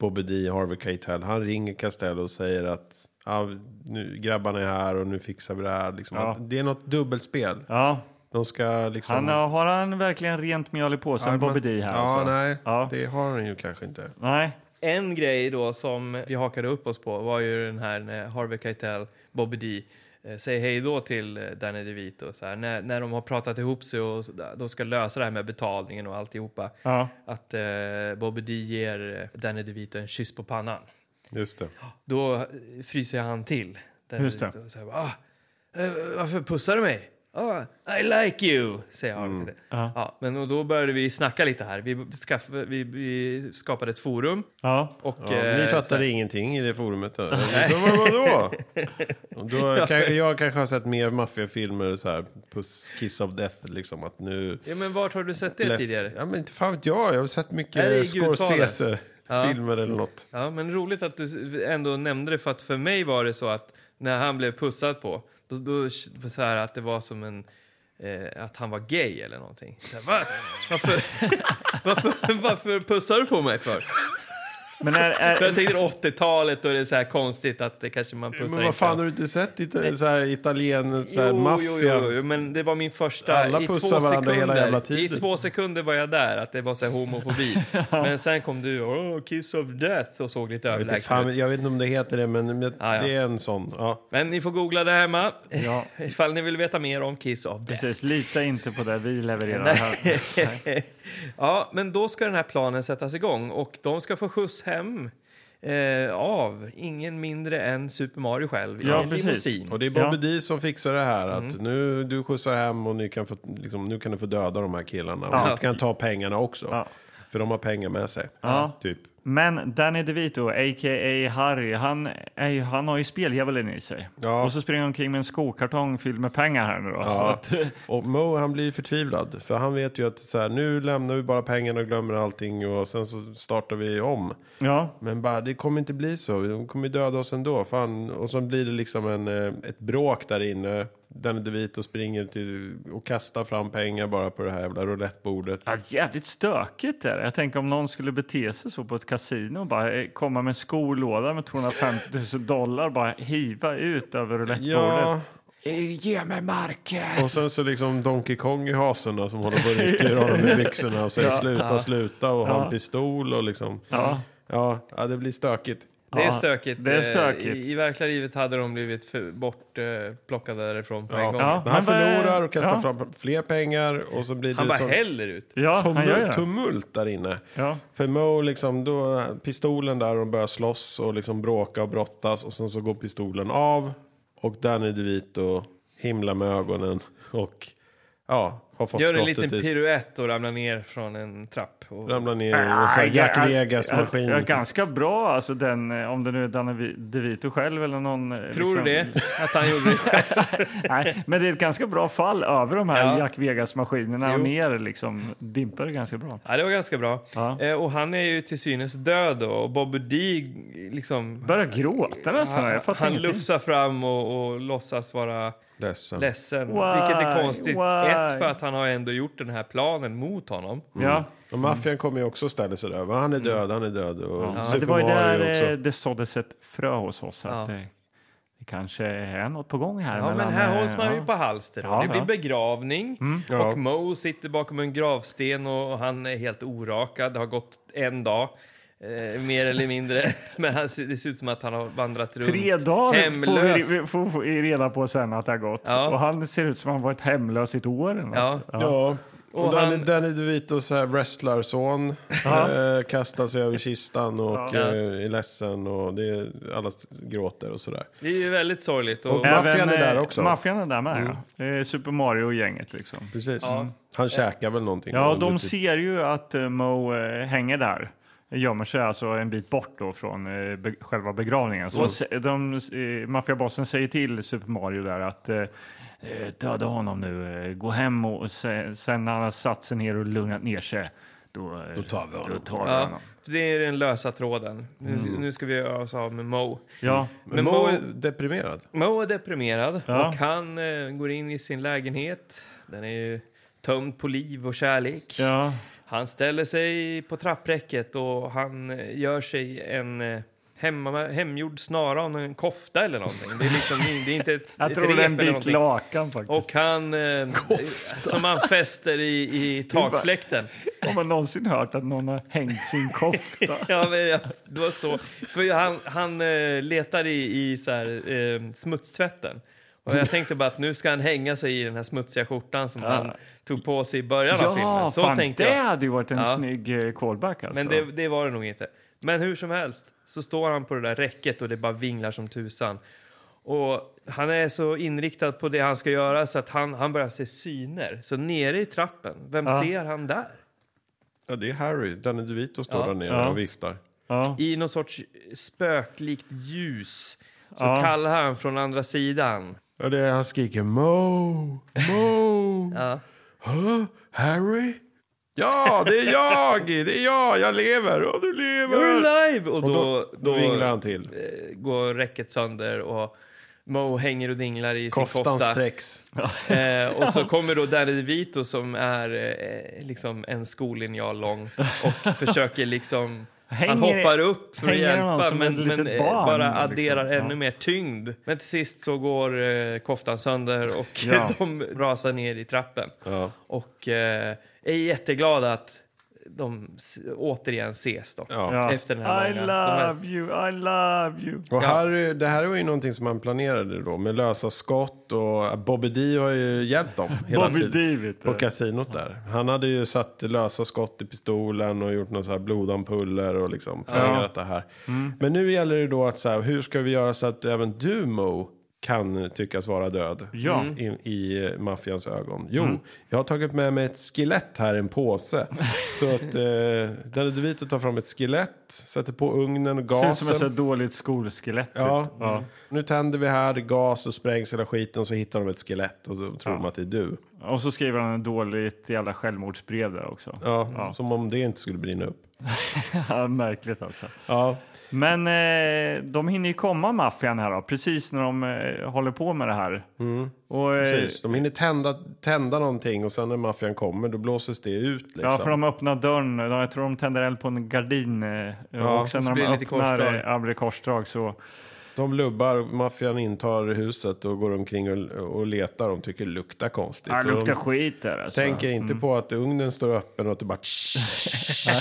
Bobby D, Harvey Keitel, han ringer Castello och säger att ja, nu, grabbarna är här och nu fixar vi det här. Liksom. Ja. Att Det är något dubbelspel. Ja. De ska liksom... Ah. Han, har- har han verkligen rent mjöl i påsen, Ja, Bobby men- D här? Ja, alltså? nej. Det har han ju kanske inte. Nej. En grej då som vi hakade upp oss på var ju den här när Harvey Keitel, Bobby D, eh, säger hej då till eh, Danny DeVito. Så här, när, när de har pratat ihop sig och så där, de ska lösa det här med betalningen och alltihopa. Ja. Att eh, Bobby D ger eh, Danny DeVito en kyss på pannan. Just det. Då eh, fryser han till. Danny Just det. DeVito och säger, ah, eh, varför pussar du mig? Ah, I like you, säger Harvey Keitel. Ja. Ja, men och då började vi snacka lite här. Vi, skaff- vi, vi skapade ett forum. Ja. Och, Ja, ni eh, så fattade här- ingenting i det forumet. Då. Alltså, Så vad- Vadå? Och då kan, jag kanske har sett mer maffiafilmer, så här, puss, Kiss of Death, liksom att nu... Ja, men vart har du sett det Less- tidigare? Ja, men inte fan vet jag. Jag har sett Är det i mycket Scorsese-filmer eller något. Ja, men roligt att du ändå nämnde det för att för mig var det så att när han blev pussad på, då, då så här att det var som en Eh, att han var gay eller någonting. Så här, va? varför, varför, varför pussar du på mig för? Men är, är, För jag tänkte 80-talet då är det så här konstigt att det kanske man pussar Men vad fan har du inte sett ita- så här, Italien, så här, Jo, jo, maffia? jo, jo, men det var min första... Alla i två pussar varandra hela sekunder- jävla tiden. I två sekunder var jag där, att det var så här homofobi. Men sen kom du och oh, kiss of death och såg lite Jag vet, inte, överlägsen fan, ut. jag vet inte om det heter det, men men det är en sån. Ja. Men ni får googla det hemma Ja. ifall ni vill veta mer om kiss of death. Precis, lita inte på det vi levererar här. Nej. ja, men då ska den här planen sättas igång och de ska få skjuts hem eh, av ingen mindre än Super Mario själv i en limousin. Och det är Bobby D som fixar det här. Att Mm. nu du skjutsar hem och ni kan få, liksom, nu kan du få döda de här killarna. Ja. Och ni kan ta pengarna också. För de har pengar med sig. Ja. Typ. Men Danny DeVito, a.k.a. Harry, han, är ju, han har ju speldjävulen i sig. Och så springer han omkring med en skokartong fylld med pengar här nu då. Så Ja. att, Och Mo han blir förtvivlad. För han vet ju att så här, nu lämnar vi bara pengarna och glömmer allting. Och sen så startar vi om. ja. Men bara, det kommer inte bli så. De kommer ju döda oss ändå. Fan. Och så blir det liksom en, eh, ett bråk där inne. Danny DeVito springer till, och kastar fram pengar bara på det här jävla roulettebordet. Ja, jävligt stökigt är det. Jag tänker om någon skulle bete sig så på ett kasino och bara eh, komma med en skolåda med 250 000 dollar bara hiva ut över roulettebordet. Eh, Ge mig marken! Och sen så liksom Donkey Kong i hasorna som håller på och rycker honom i byxorna och säger Ja. sluta, Ja. sluta och har Ja. en pistol och liksom. Ja. Ja, ja, det blir stökigt. Det är stökigt. det är Eh, stökigt. I, I verkliga livet hade de blivit för- bortplockade eh, plockade därifrån på en Ja. gång. Ja, Men han men vad- förlorar och kastar ja. fram fler pengar och så blir Han det bara sån häller ut. Ja, han gör ju tumult, det. tumult där inne. Ja. För Mo, liksom, då, pistolen där och de börjar slåss och liksom bråka och brottas och sen så går pistolen av och Danny DeVito himlar med ögonen och ja, har fått Gör en skottet liten i piruett och ramlar ner från en trapp. Och... Ramlar ner och så här Ah, Jack ja, Vegas-maskin. Ja, ja, ganska bra, alltså den, eh, om det nu är Danny Vi- DeVito själv eller någon... eh, Tror du det? liksom- Att han gjorde det själv? Nej, men det är ett ganska bra fall över de här Ja. Jack Vegas-maskinerna Jo. och ner liksom. Dimpar det ganska bra. Ja, det var ganska bra. Eh, och han är ju till synes död då. Och Bobby D liksom... Börjar gråta nästan. Han, jag fattar han ingenting. lufsar fram och, och låtsas vara ledsen. ledsen. Why? Vilket är konstigt. Why? Ett, för att han har ändå gjort den här planen mot honom. Ja. Och maffian kommer ju också och ställer sig där. Va, Han är död, han är död. Och Mm. Ja, Super det var ju Mario där eh, också. det såddes ett frö hos oss. Att Ja. det, det kanske är något på gång här. Ja, men mellan, här eh, hålls man ju ja. på halster. och Ja, det blir ja. Mm. begravning Ja. och Mo sitter bakom en gravsten och han är helt orakad. Det har gått en dag. Eh, mer eller mindre. Men han, ser- det ser ut som att han har vandrat runt Tre dagar får vi, hemlös. vi får, får vi reda på sen att det har gått. Ja. Och han ser ut som han varit hemlös i ett år. Eller något. Ja. Ja. Och, Och Danny, han- Danny DeVitos här wrestlarson Ja. eh, kastar sig över kistan och Ja. eh, är ledsen och det är, alla gråter och sådär. Det är ju väldigt sorgligt. Och, Och maffian är eh, där också. Maffian är där med, ja. Eh, Super Mario-gänget liksom. Precis. Ja. Han käkar väl någonting. Ja, Och typ- de lite- ser ju att eh, Mo eh, hänger där. Gömmer sig alltså en bit bort då från eh, be själva begravningen. Så Mm. se- de, eh, Maffiabossen säger till Super Mario där att eh, eh, döda honom nu, eh, gå hem och och se, sen när han har satt sig ner och lugnat ner sig, då, då tar vi honom. Då tar vi ja, honom. för det är den lösa tråden. Nu, Mm. nu ska vi göra oss av med Mo. Ja. Men Mo är deprimerad. Mo är deprimerad Ja. och han eh, går in i sin lägenhet. Den är ju tömd på liv och kärlek. Ja. Han ställer sig på trappräcket och han eh, gör sig en eh, hemma, hemgjord snara om en kofta eller någonting. Det är, liksom, det är inte ett, Jag ett tror rep det är en eller bit någonting. lakan faktiskt. Och han... Eh, som han fäster i, i takfläkten. Har man någonsin hört att någon har hängt sin kofta? Ja, men ja, det var så. För han, han eh, letar i, i så här, eh, smutstvätten. Och jag tänkte bara att nu ska han hänga sig i den här smutsiga skjortan som Ja. han tog på sig i början av filmen. Så fan, tänkte det jag. hade ju varit en Ja. snygg eh, callback alltså. Men det, det var det nog inte. Men hur som helst så står han på det där räcket och det bara vinglar som tusan. Och han är så inriktad på det han ska göra så att han, han börjar se syner. Så nere i trappen, vem Ja. ser han där? Ja, det är Harry. Danny DeVito står Ja. där nere Ja. och viftar. ja. I någon sorts spöklikt ljus så Ja. kallar han från andra sidan. Ja, det är, han skriker Mo, Mo. Ja. Huh? Harry? Ja, det är jag! Det är jag! Jag lever! Och du lever! You're alive! Och Och då, då, då, vinglar han till. eh, går räcket sönder och Mo hänger och dinglar i sin Koftan kofta. sträcks. Eh, och så kommer då Danny DeVito som är eh, liksom en skolinjal lång och försöker liksom han Hänger- hoppar upp för att hänger han hjälpa som men, ett men litet eh, barn, bara liksom? adderar Ja. ännu mer tyngd. Men till sist så går eh, koftan sönder och Ja. de rasar ner i trappen. Och eh, är jätteglada att de s- återigen ses då. Ja. Efter den här I långa. de här- love you, I love you. Och här, det här var ju någonting som man planerade då med lösa skott och Bobby D har ju hjälpt dem hela Bobby D, tiden vet du. på kasinot där. Han hade ju satt lösa skott i pistolen och gjort några så här blodampuller och liksom Ja. planerat det här. Mm. Men nu gäller det då att så här, hur ska vi göra så att även du Mo kan tyckas vara död Ja. i, i maffians ögon? Jo, Mm. jag har tagit med mig ett skelett här i en påse. så att eh, Danny DeVito tar fram ett skelett, sätter på ugnen och Ser gasen. ut som ett så här dåligt skolskelett. Ja. Typ. Ja. Nu tänder vi här, gas och sprängs hela skiten så hittar de ett skelett och så tror de att det är du. Och så skriver han en dåligt jävla självmordsbrev där också. Ja, som om det inte skulle brinna upp. Ja, Märkligt alltså. Ja. Men eh, de hinner ju komma maffian här då, precis när de eh, håller på med det här. Och, eh, Mm. Precis, de hinner tända, tända någonting och sen när maffian kommer då blåses det ut. Liksom. Ja, för de öppnar dörren. Jag tror de tänder eld på en gardin. eh, Ja, och sen och så när de blir det lite öppnar korsdrag. eh, ja, blir det korsdrag så... De lubbar, och maffian intar huset och går omkring och, och letar. De tycker det luktar konstigt. Ja, det Och luktar de skit där alltså. Tänker inte Mm. på att ugnen står öppen och att det bara...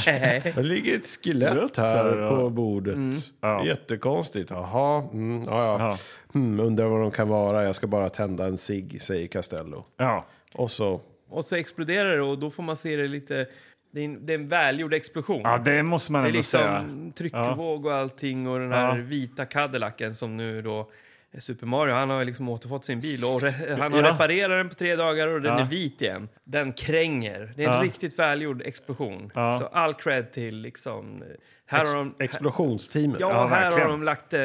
Nej. det ligger ett skelett Luktar, här ja. på bordet. Mm. Jättekonstigt. Jaha, mm, ja, ja. Hmm, undrar vad de kan vara. Jag ska bara tända en cigg, säger Castello. Ja. Och så... Och så exploderar det och då får man se det lite... Det är en, det är en välgjord explosion. Ja, det måste man Det är ändå liksom säga. tryckvåg och allting och den här Ja. vita Cadillacen som nu då är Super Mario, han har ju liksom återfått sin bil och re- han har Ja. reparerat den på tre dagar och den Ja. är vit igen. Den kränger. Det är en Ja. riktigt välgjord explosion. Ja. Så all cred till liksom... Här Ex har de, explosionsteamet. Ja, här har de lagt eh,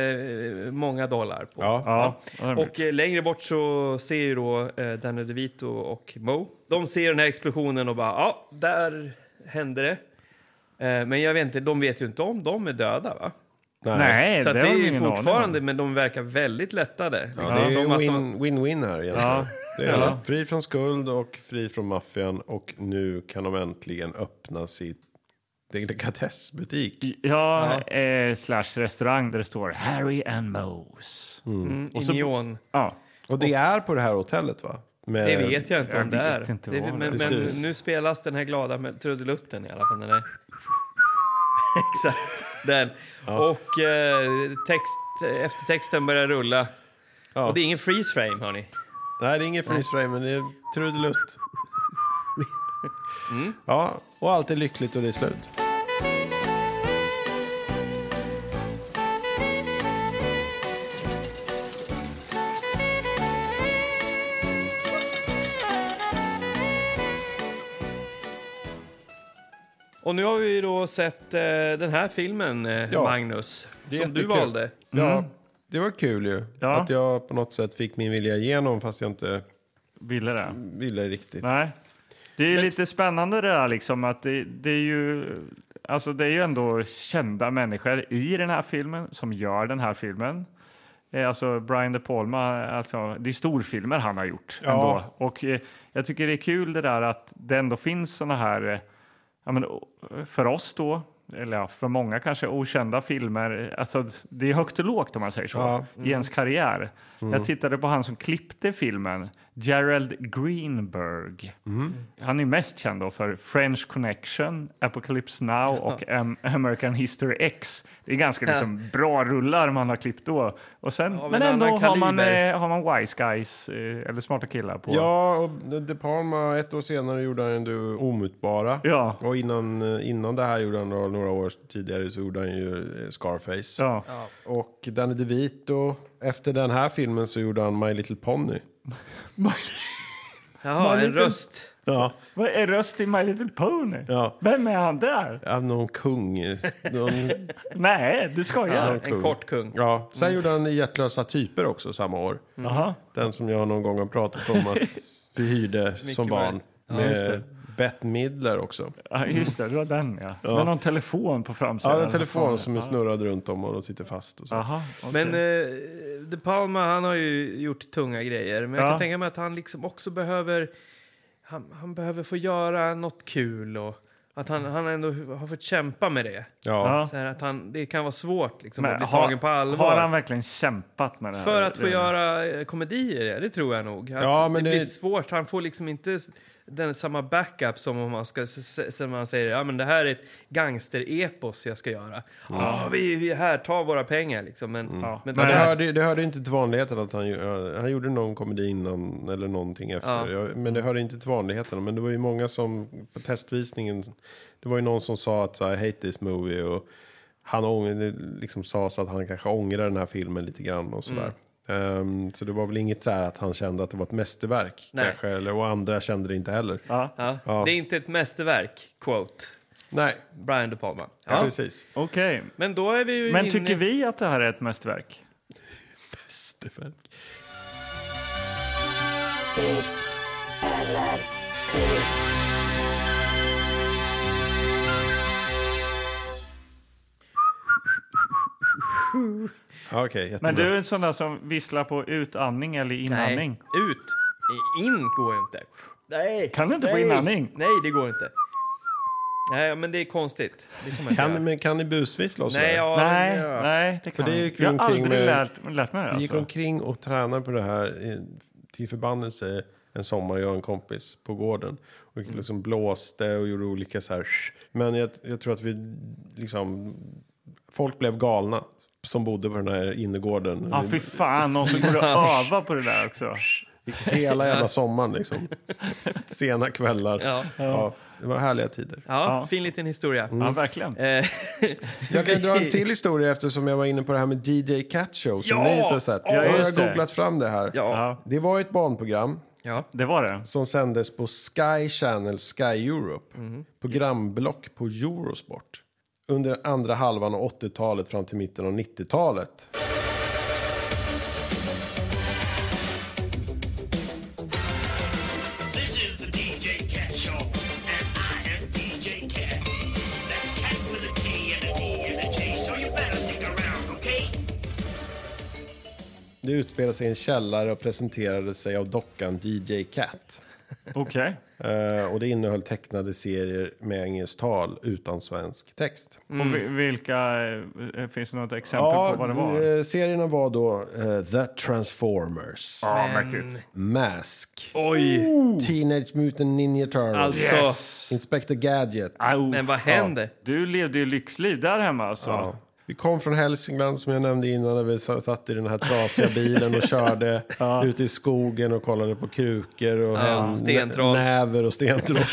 många dollar på. Ja. Ja. Och eh, längre bort så ser ju då eh, Danny DeVito och Mo. De ser den här explosionen och bara, ja, där hände det. Eh, men jag vet inte, de vet ju inte om de är döda va? Nej. Nej, så att det det, har är de ju ingen aning fortfarande, men de verkar väldigt lättade. Ja, Liksom, det är ju som att de- win- win-win här egentligen. Ja. Det är Ja. det. Fri från skuld och fri från maffian och nu kan de äntligen öppna sitt delikatessbutik. Ja, Eh, slash restaurang där det står Harry and Mose. Mm, i neon. Ja. Och det är på det här hotellet va? Med- Det vet jag inte om det är. det är vad men, det är. men Precis. nu spelas den här glada med trudelutten i alla fall. Den är... Exakt, den. Och eh, text, eftertexten börjar rulla. Och det är ingen freeze frame, hörni. Nej, det är ingen freeze frame, men det är trudelutt. Mm. Ja, och allt är lyckligt och det är slut. Och nu har vi ju då sett eh, den här filmen, eh, Ja. Magnus, Det är som du jättekul. valde. Ja, Mm. det var kul ju. Ja. Att jag på något sätt fick min vilja igenom fast jag inte ville det. Ville riktigt. Nej. Det är lite spännande det där liksom att det, det är ju... Alltså det är ju ändå kända människor i den här filmen som gör den här filmen. Eh, Alltså Brian De Palma, alltså, det är storfilmer han har gjort Ja. ändå. Och eh, jag tycker det är kul det där att det ändå finns såna här, eh, ja, men, o- för oss då, eller ja, för många kanske, okända filmer. Alltså det är högt och lågt om man säger så, Ja. i ens karriär. Mm. Jag tittade på han som klippte filmen, Gerald Greenberg. Han är mest känd då för French Connection, Apocalypse Now och Am- American History X. Det är ganska liksom bra rullar man har klippt då. Och sen, Av men en ändå annan har man, kaliber. eh, har man Wise Guys, eh, eller smarta killar på. Ja, och De Palma, ett år senare gjorde han ju ändå Omutbara. Ja. Och innan, eh, innan det här gjorde han då, några år tidigare så gjorde han ju eh, Scarface. Ja. Och Danny DeVito, efter den här filmen så gjorde han My Little Pony. Jaha, Man en lite- röst. Ja, Vad är röst i My Little Pony? ja. Vem är han där? Ja, någon kung. Någon... Nej, du skojar. kung. Ja. Sen Mm. gjorde han Hjärtlösa typer också samma år. Jaha. Den som jag någon gång har pratat om att vi hyrde som barn. Mouse. Ja, just Med det. Bette Midler också. Ja, just det, det var den ja. Ja. Med någon telefon på framsidan. Ja, det är en Vad telefon fan som är snurrad runt om och de sitter fast. Och så. Aha, Men eh, De Palma, han har ju gjort tunga grejer. Men jag Ja. kan tänka mig att han liksom också behöver... Han, han behöver få göra något kul och... Att han, han ändå har fått kämpa med det. Ja. Så här att han, det kan vara svårt liksom, Men att bli har- tagen på allvar. Har han verkligen kämpat med det här? För att få redan? göra eh, komedier, ja, det tror jag nog. Att Ja, men det, det- blir svårt. Han får liksom inte s- den samma backup som om man, ska, s- s- som man säger ja, men det här är ett gangsterepos jag ska göra. Mm. Ja, vi, vi är här, ta våra pengar liksom. Men, men Men det det här- hörde, det hörde inte till vanligheten att han, ju- han gjorde någon komedi innan eller någonting efter. Ja. Jag- Men det hörde inte till vanligheten. Men det var ju många som på testvisningen. Det var ju någon som sa att så här, I hate this movie. Och han ång- det liksom sa så att han kanske ångrar den här filmen lite grann och sådär. Mm. Ehm, så det var väl inget så här att han kände att det var ett mästerverk. Nej. Kanske, eller, och andra kände det inte heller. ja, Ja. Det är inte ett mästerverk, quote. Nej. Brian De Palma. Ja, precis. Okej. Men då är vi ju Men inne... tycker vi att det här är ett mästerverk? mästerverk? Ja, Okej, jättebra. Men du är en sån där som visslar på utandning eller inandning. Nej, ut. In går ju inte. Nej. Kan du inte nej. på inandning? Nej, det går inte. Nej, men det är konstigt. Det kan man inte Kan, göra. men kan ni busvissla och Nej, sådär? ja, Nej, ja. nej, det För kan det man gick inte. vi Jag har omkring aldrig med- lärt, lärt mig det. Vi gick Alltså. omkring och tränade på det här eh, till förbannelse en sommar, jag och en kompis på gården. Och Mm. liksom blåste och gjorde olika så här. sh. Men jag, jag tror att vi liksom, folk blev galna som bodde på den här innergården. Ja, fy fan, någon som går och övar på det där också. Hela jävla sommaren liksom. Sena kvällar. Ja. Ja, det var härliga tider. Ja, fin liten historia. Ja, verkligen. Eh, Jag kan ju dra en till historia eftersom jag var inne på det här med DJ Cat Show som Ja! ni inte har sett. Ja, jag har just det. googlat fram det här. Ja. Det var ju ett barnprogram ja. Det var det. som sändes på Sky Channel, Sky Europe. Mhm. Programblock på Eurosport. Under andra halvan av 80-talet fram till mitten av 90-talet. This is the DJ Cat Show, and I am DJ Cat. That's Cat with a K and a D and a J, so you better stick around, okay? Det utspelade sig i en källare och presenterade sig av dockan DJ Cat. Okej. Eh, och det innehöll tecknade serier med engelskt tal utan svensk text. Och vi- vilka... eh, Finns det något exempel på vad det var? eh, serierna var då eh, The Transformers, Ja, Oh. mäktigt. Mask, Oj! Teenage Mutant Ninja Turtles, Alltså, Inspector Gadget. Au. men vad händer? Du levde ju lyxliv där hemma alltså. Ja. Vi kom från Hälsingland som jag nämnde innan när vi satt i den här trasiga bilen och körde ute i skogen och kollade på krukor och hem- stentroll. näver och stentroll.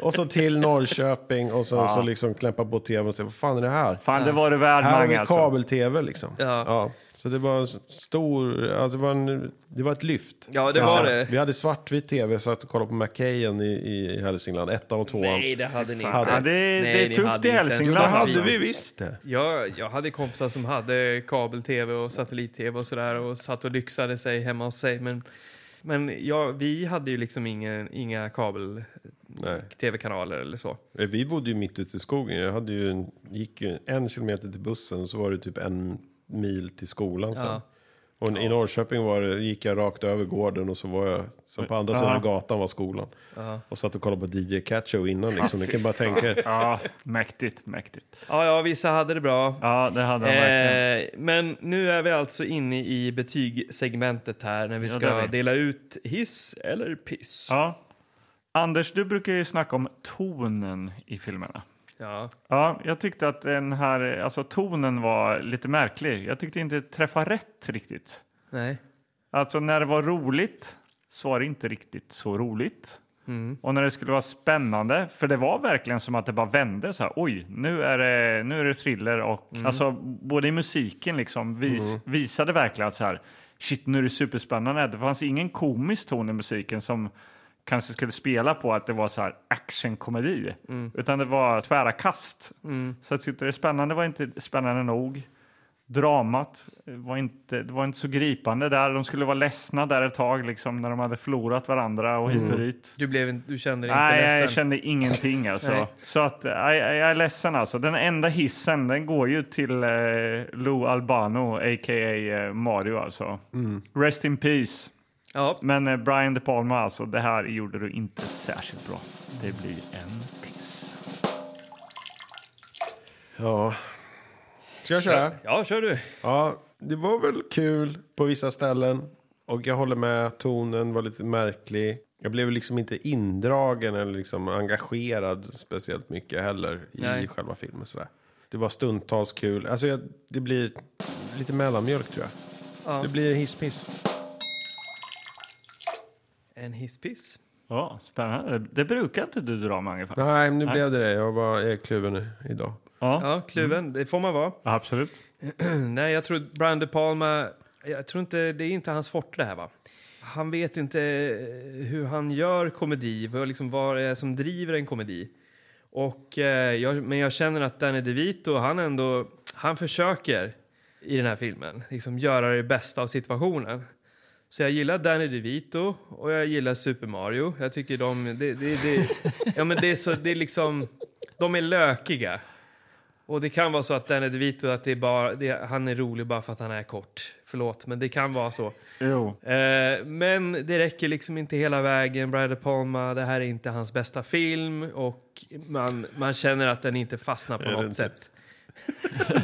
och så till Norrköping och så, så liksom klämpa på tvn och säga vad fan är det här? Fan, det var det värd Här har Mange vi alltså. kabel-tv liksom. Ja. Så det var en stor, ja, det, var en, det var ett lyft. Ja, det kan jag var säga. det. Vi hade svartvit tv, jag satt och kollade på Macahan i, i Hälsingland, ettan och tvåan. Nej, det hade ni inte. Hade- Ja, det är- Nej, det är ni tufft hade i inte ens det Hälsingland. svartvit. hade vi visst det. Jag, jag hade kompisar som hade kabel-tv och satellit-tv och sådär och satt och lyxade sig hemma hos sig. Men, men ja, vi hade ju liksom ingen, inga Nej. kabel-tv-kanaler eller så. Eh, Vi bodde ju mitt ute i skogen. Jag hade ju en, gick ju en kilometer till bussen och så var det typ en mil till skolan sen. Ja. Och i Norrköping var det, gick jag rakt över gården och så var jag, sen på andra Ja. sidan gatan var skolan. Och satt och kollade på DJ Cat Show innan liksom. Ni kan bara tänka er. Ja, mäktigt, mäktigt. Ja, ja, vissa hade det bra. Ja, det hade han verkligen. Eh, men nu är vi alltså inne i betygsegmentet här när vi Ja, ska det är vi. dela ut hiss eller piss. Ja. Anders, du brukar ju snacka om tonen i filmerna. Ja. Ja, jag tyckte att den här, alltså tonen var lite märklig. Jag tyckte inte det träffade rätt riktigt. Nej. Alltså när det var roligt så var det inte riktigt så roligt. Och när det skulle vara spännande, för det var verkligen som att det bara vände så här. Oj, nu är det, nu är det thriller och alltså både i musiken liksom vis, visade verkligen att så här. Shit, nu är det superspännande. Det fanns ingen komisk ton i musiken som kanske skulle spela på att det var så här actionkomedi, utan det var tvära kast. Så jag tyckte det spännande var inte spännande nog dramat var inte, det var inte så gripande där. De skulle vara ledsna där ett tag liksom, när de hade förlorat varandra och hit och dit. Du, blev, en- du kände dig Mm. inte Nej, ledsen? jag kände ingenting alltså. Nej. så att, jag, jag är ledsen alltså. Den enda hissen, den går ju till eh, Lou Albano, a.k.a. eh, Mario alltså. Mm. Rest in peace. Ja. Men eh, Brian De Palma alltså, det här gjorde du inte särskilt bra. Det blir en piss. Ja. Ska jag köra? Ja, kör du. Ja, det var väl kul på vissa ställen. Och jag håller med, tonen var lite märklig. Jag blev liksom inte indragen eller liksom engagerad speciellt mycket heller i Nej. själva filmen. Sådär. Det var stundtals kul. Alltså jag, det blir lite mellanmjölk tror jag. Ja. Det blir hisspiss. En hisspiss. Ja, spännande. Det brukar inte du dra Mange faktiskt. Nej, men nu blev det det. Jag, var, jag är kluven idag. Ja, Mm. Ja, kluven. Det får man vara. absolut. Nej, jag tror Brian De Palma... Jag tror inte, det är inte hans forte det här va? Han vet inte eh, hur han gör komedi, vad, liksom, vad det är som driver en komedi. Och, eh, jag, men jag känner att Danny DeVito, han ändå, han försöker i den här filmen liksom göra det bästa av situationen. Så jag gillar Danny DeVito och jag gillar Super Mario. Jag tycker de, det, det, det, ja men det är så, det är liksom, de är lökiga. Och det kan vara så att Danny DeVito, att det är bara, det, han är rolig bara för att han är kort. Förlåt, men det kan vara så. Jo. Eh, men det räcker liksom inte hela vägen. Brian De Palma, det här är inte hans bästa film och man, man känner att den inte fastnar på Är det något inte? sätt.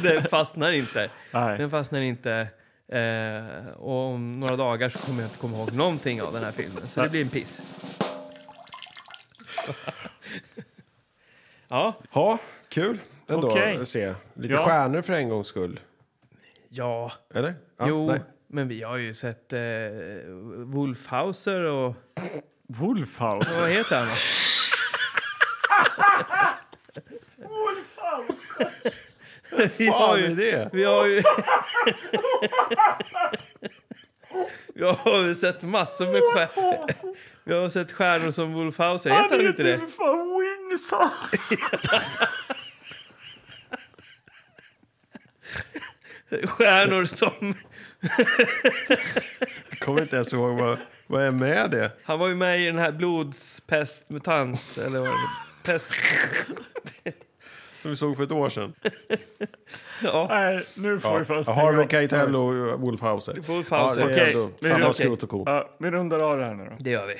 den fastnar inte. Nej. Den fastnar inte. Eh, och om några dagar så kommer jag inte komma ihåg någonting av den här filmen. Så det blir en piss. ja, Ja, kul ändå Okej. att se. Lite Ja. stjärnor för en gångs skull. ja, Eller? Ja, jo. nej. Men vi har ju sett eh, Wolfhauser och... Wolfhouse. Vad heter han? vi har Fan är ju... det? Vi har ju... vi har ju sett massor med stjärnor. Vi har sett stjärnor som Wolfhauser. Heter han inte det? för fan Wingsouse. Stjärnor som... Jag kommer inte ens ihåg vad, vad är med det. Han var ju med i den här blodspestmutant. Eller vad det Pest... Som vi såg för ett år sedan. Ja. Nej, nu får vi Ja. fast Harvey Keitel och Wolfhauser. Wolfhauser. Ja, det är Okej, ändå vi- Samma okej. skrot och korn. Ja. Ja, vi rundar av det här nu då. Det gör vi.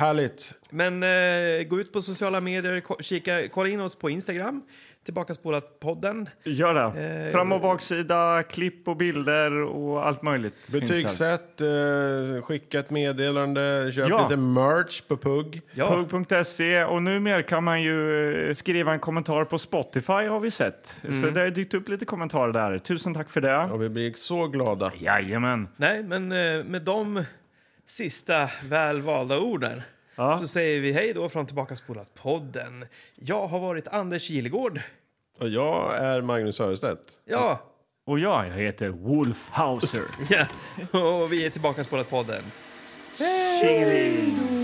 härligt. Men eh, gå ut på sociala medier, ko- kika, kolla in oss på Instagram. Tillbaka spolat podden. Gör det. Fram och baksida, klipp och bilder och allt möjligt. finns där. Betygsätt, eh, skicka ett meddelande, köp Ja. lite merch på Pugg. Ja, Pug.se och numera kan man ju eh, skriva en kommentar på Spotify har vi sett. Så Mm. det har ju dykt upp lite kommentarer där. Tusen tack för det. Och vi blir så glada. Jajamän. nej, men eh, med de sista välvalda orden Ja. så säger vi hej då från Tillbaka spolat podden. Jag har varit Anders Kilegård. Och jag är Magnus Örestedt. Ja, Och jag, jag heter Wolfhauser. ja. och vi är Tillbaka spolat podden. Tjingeling!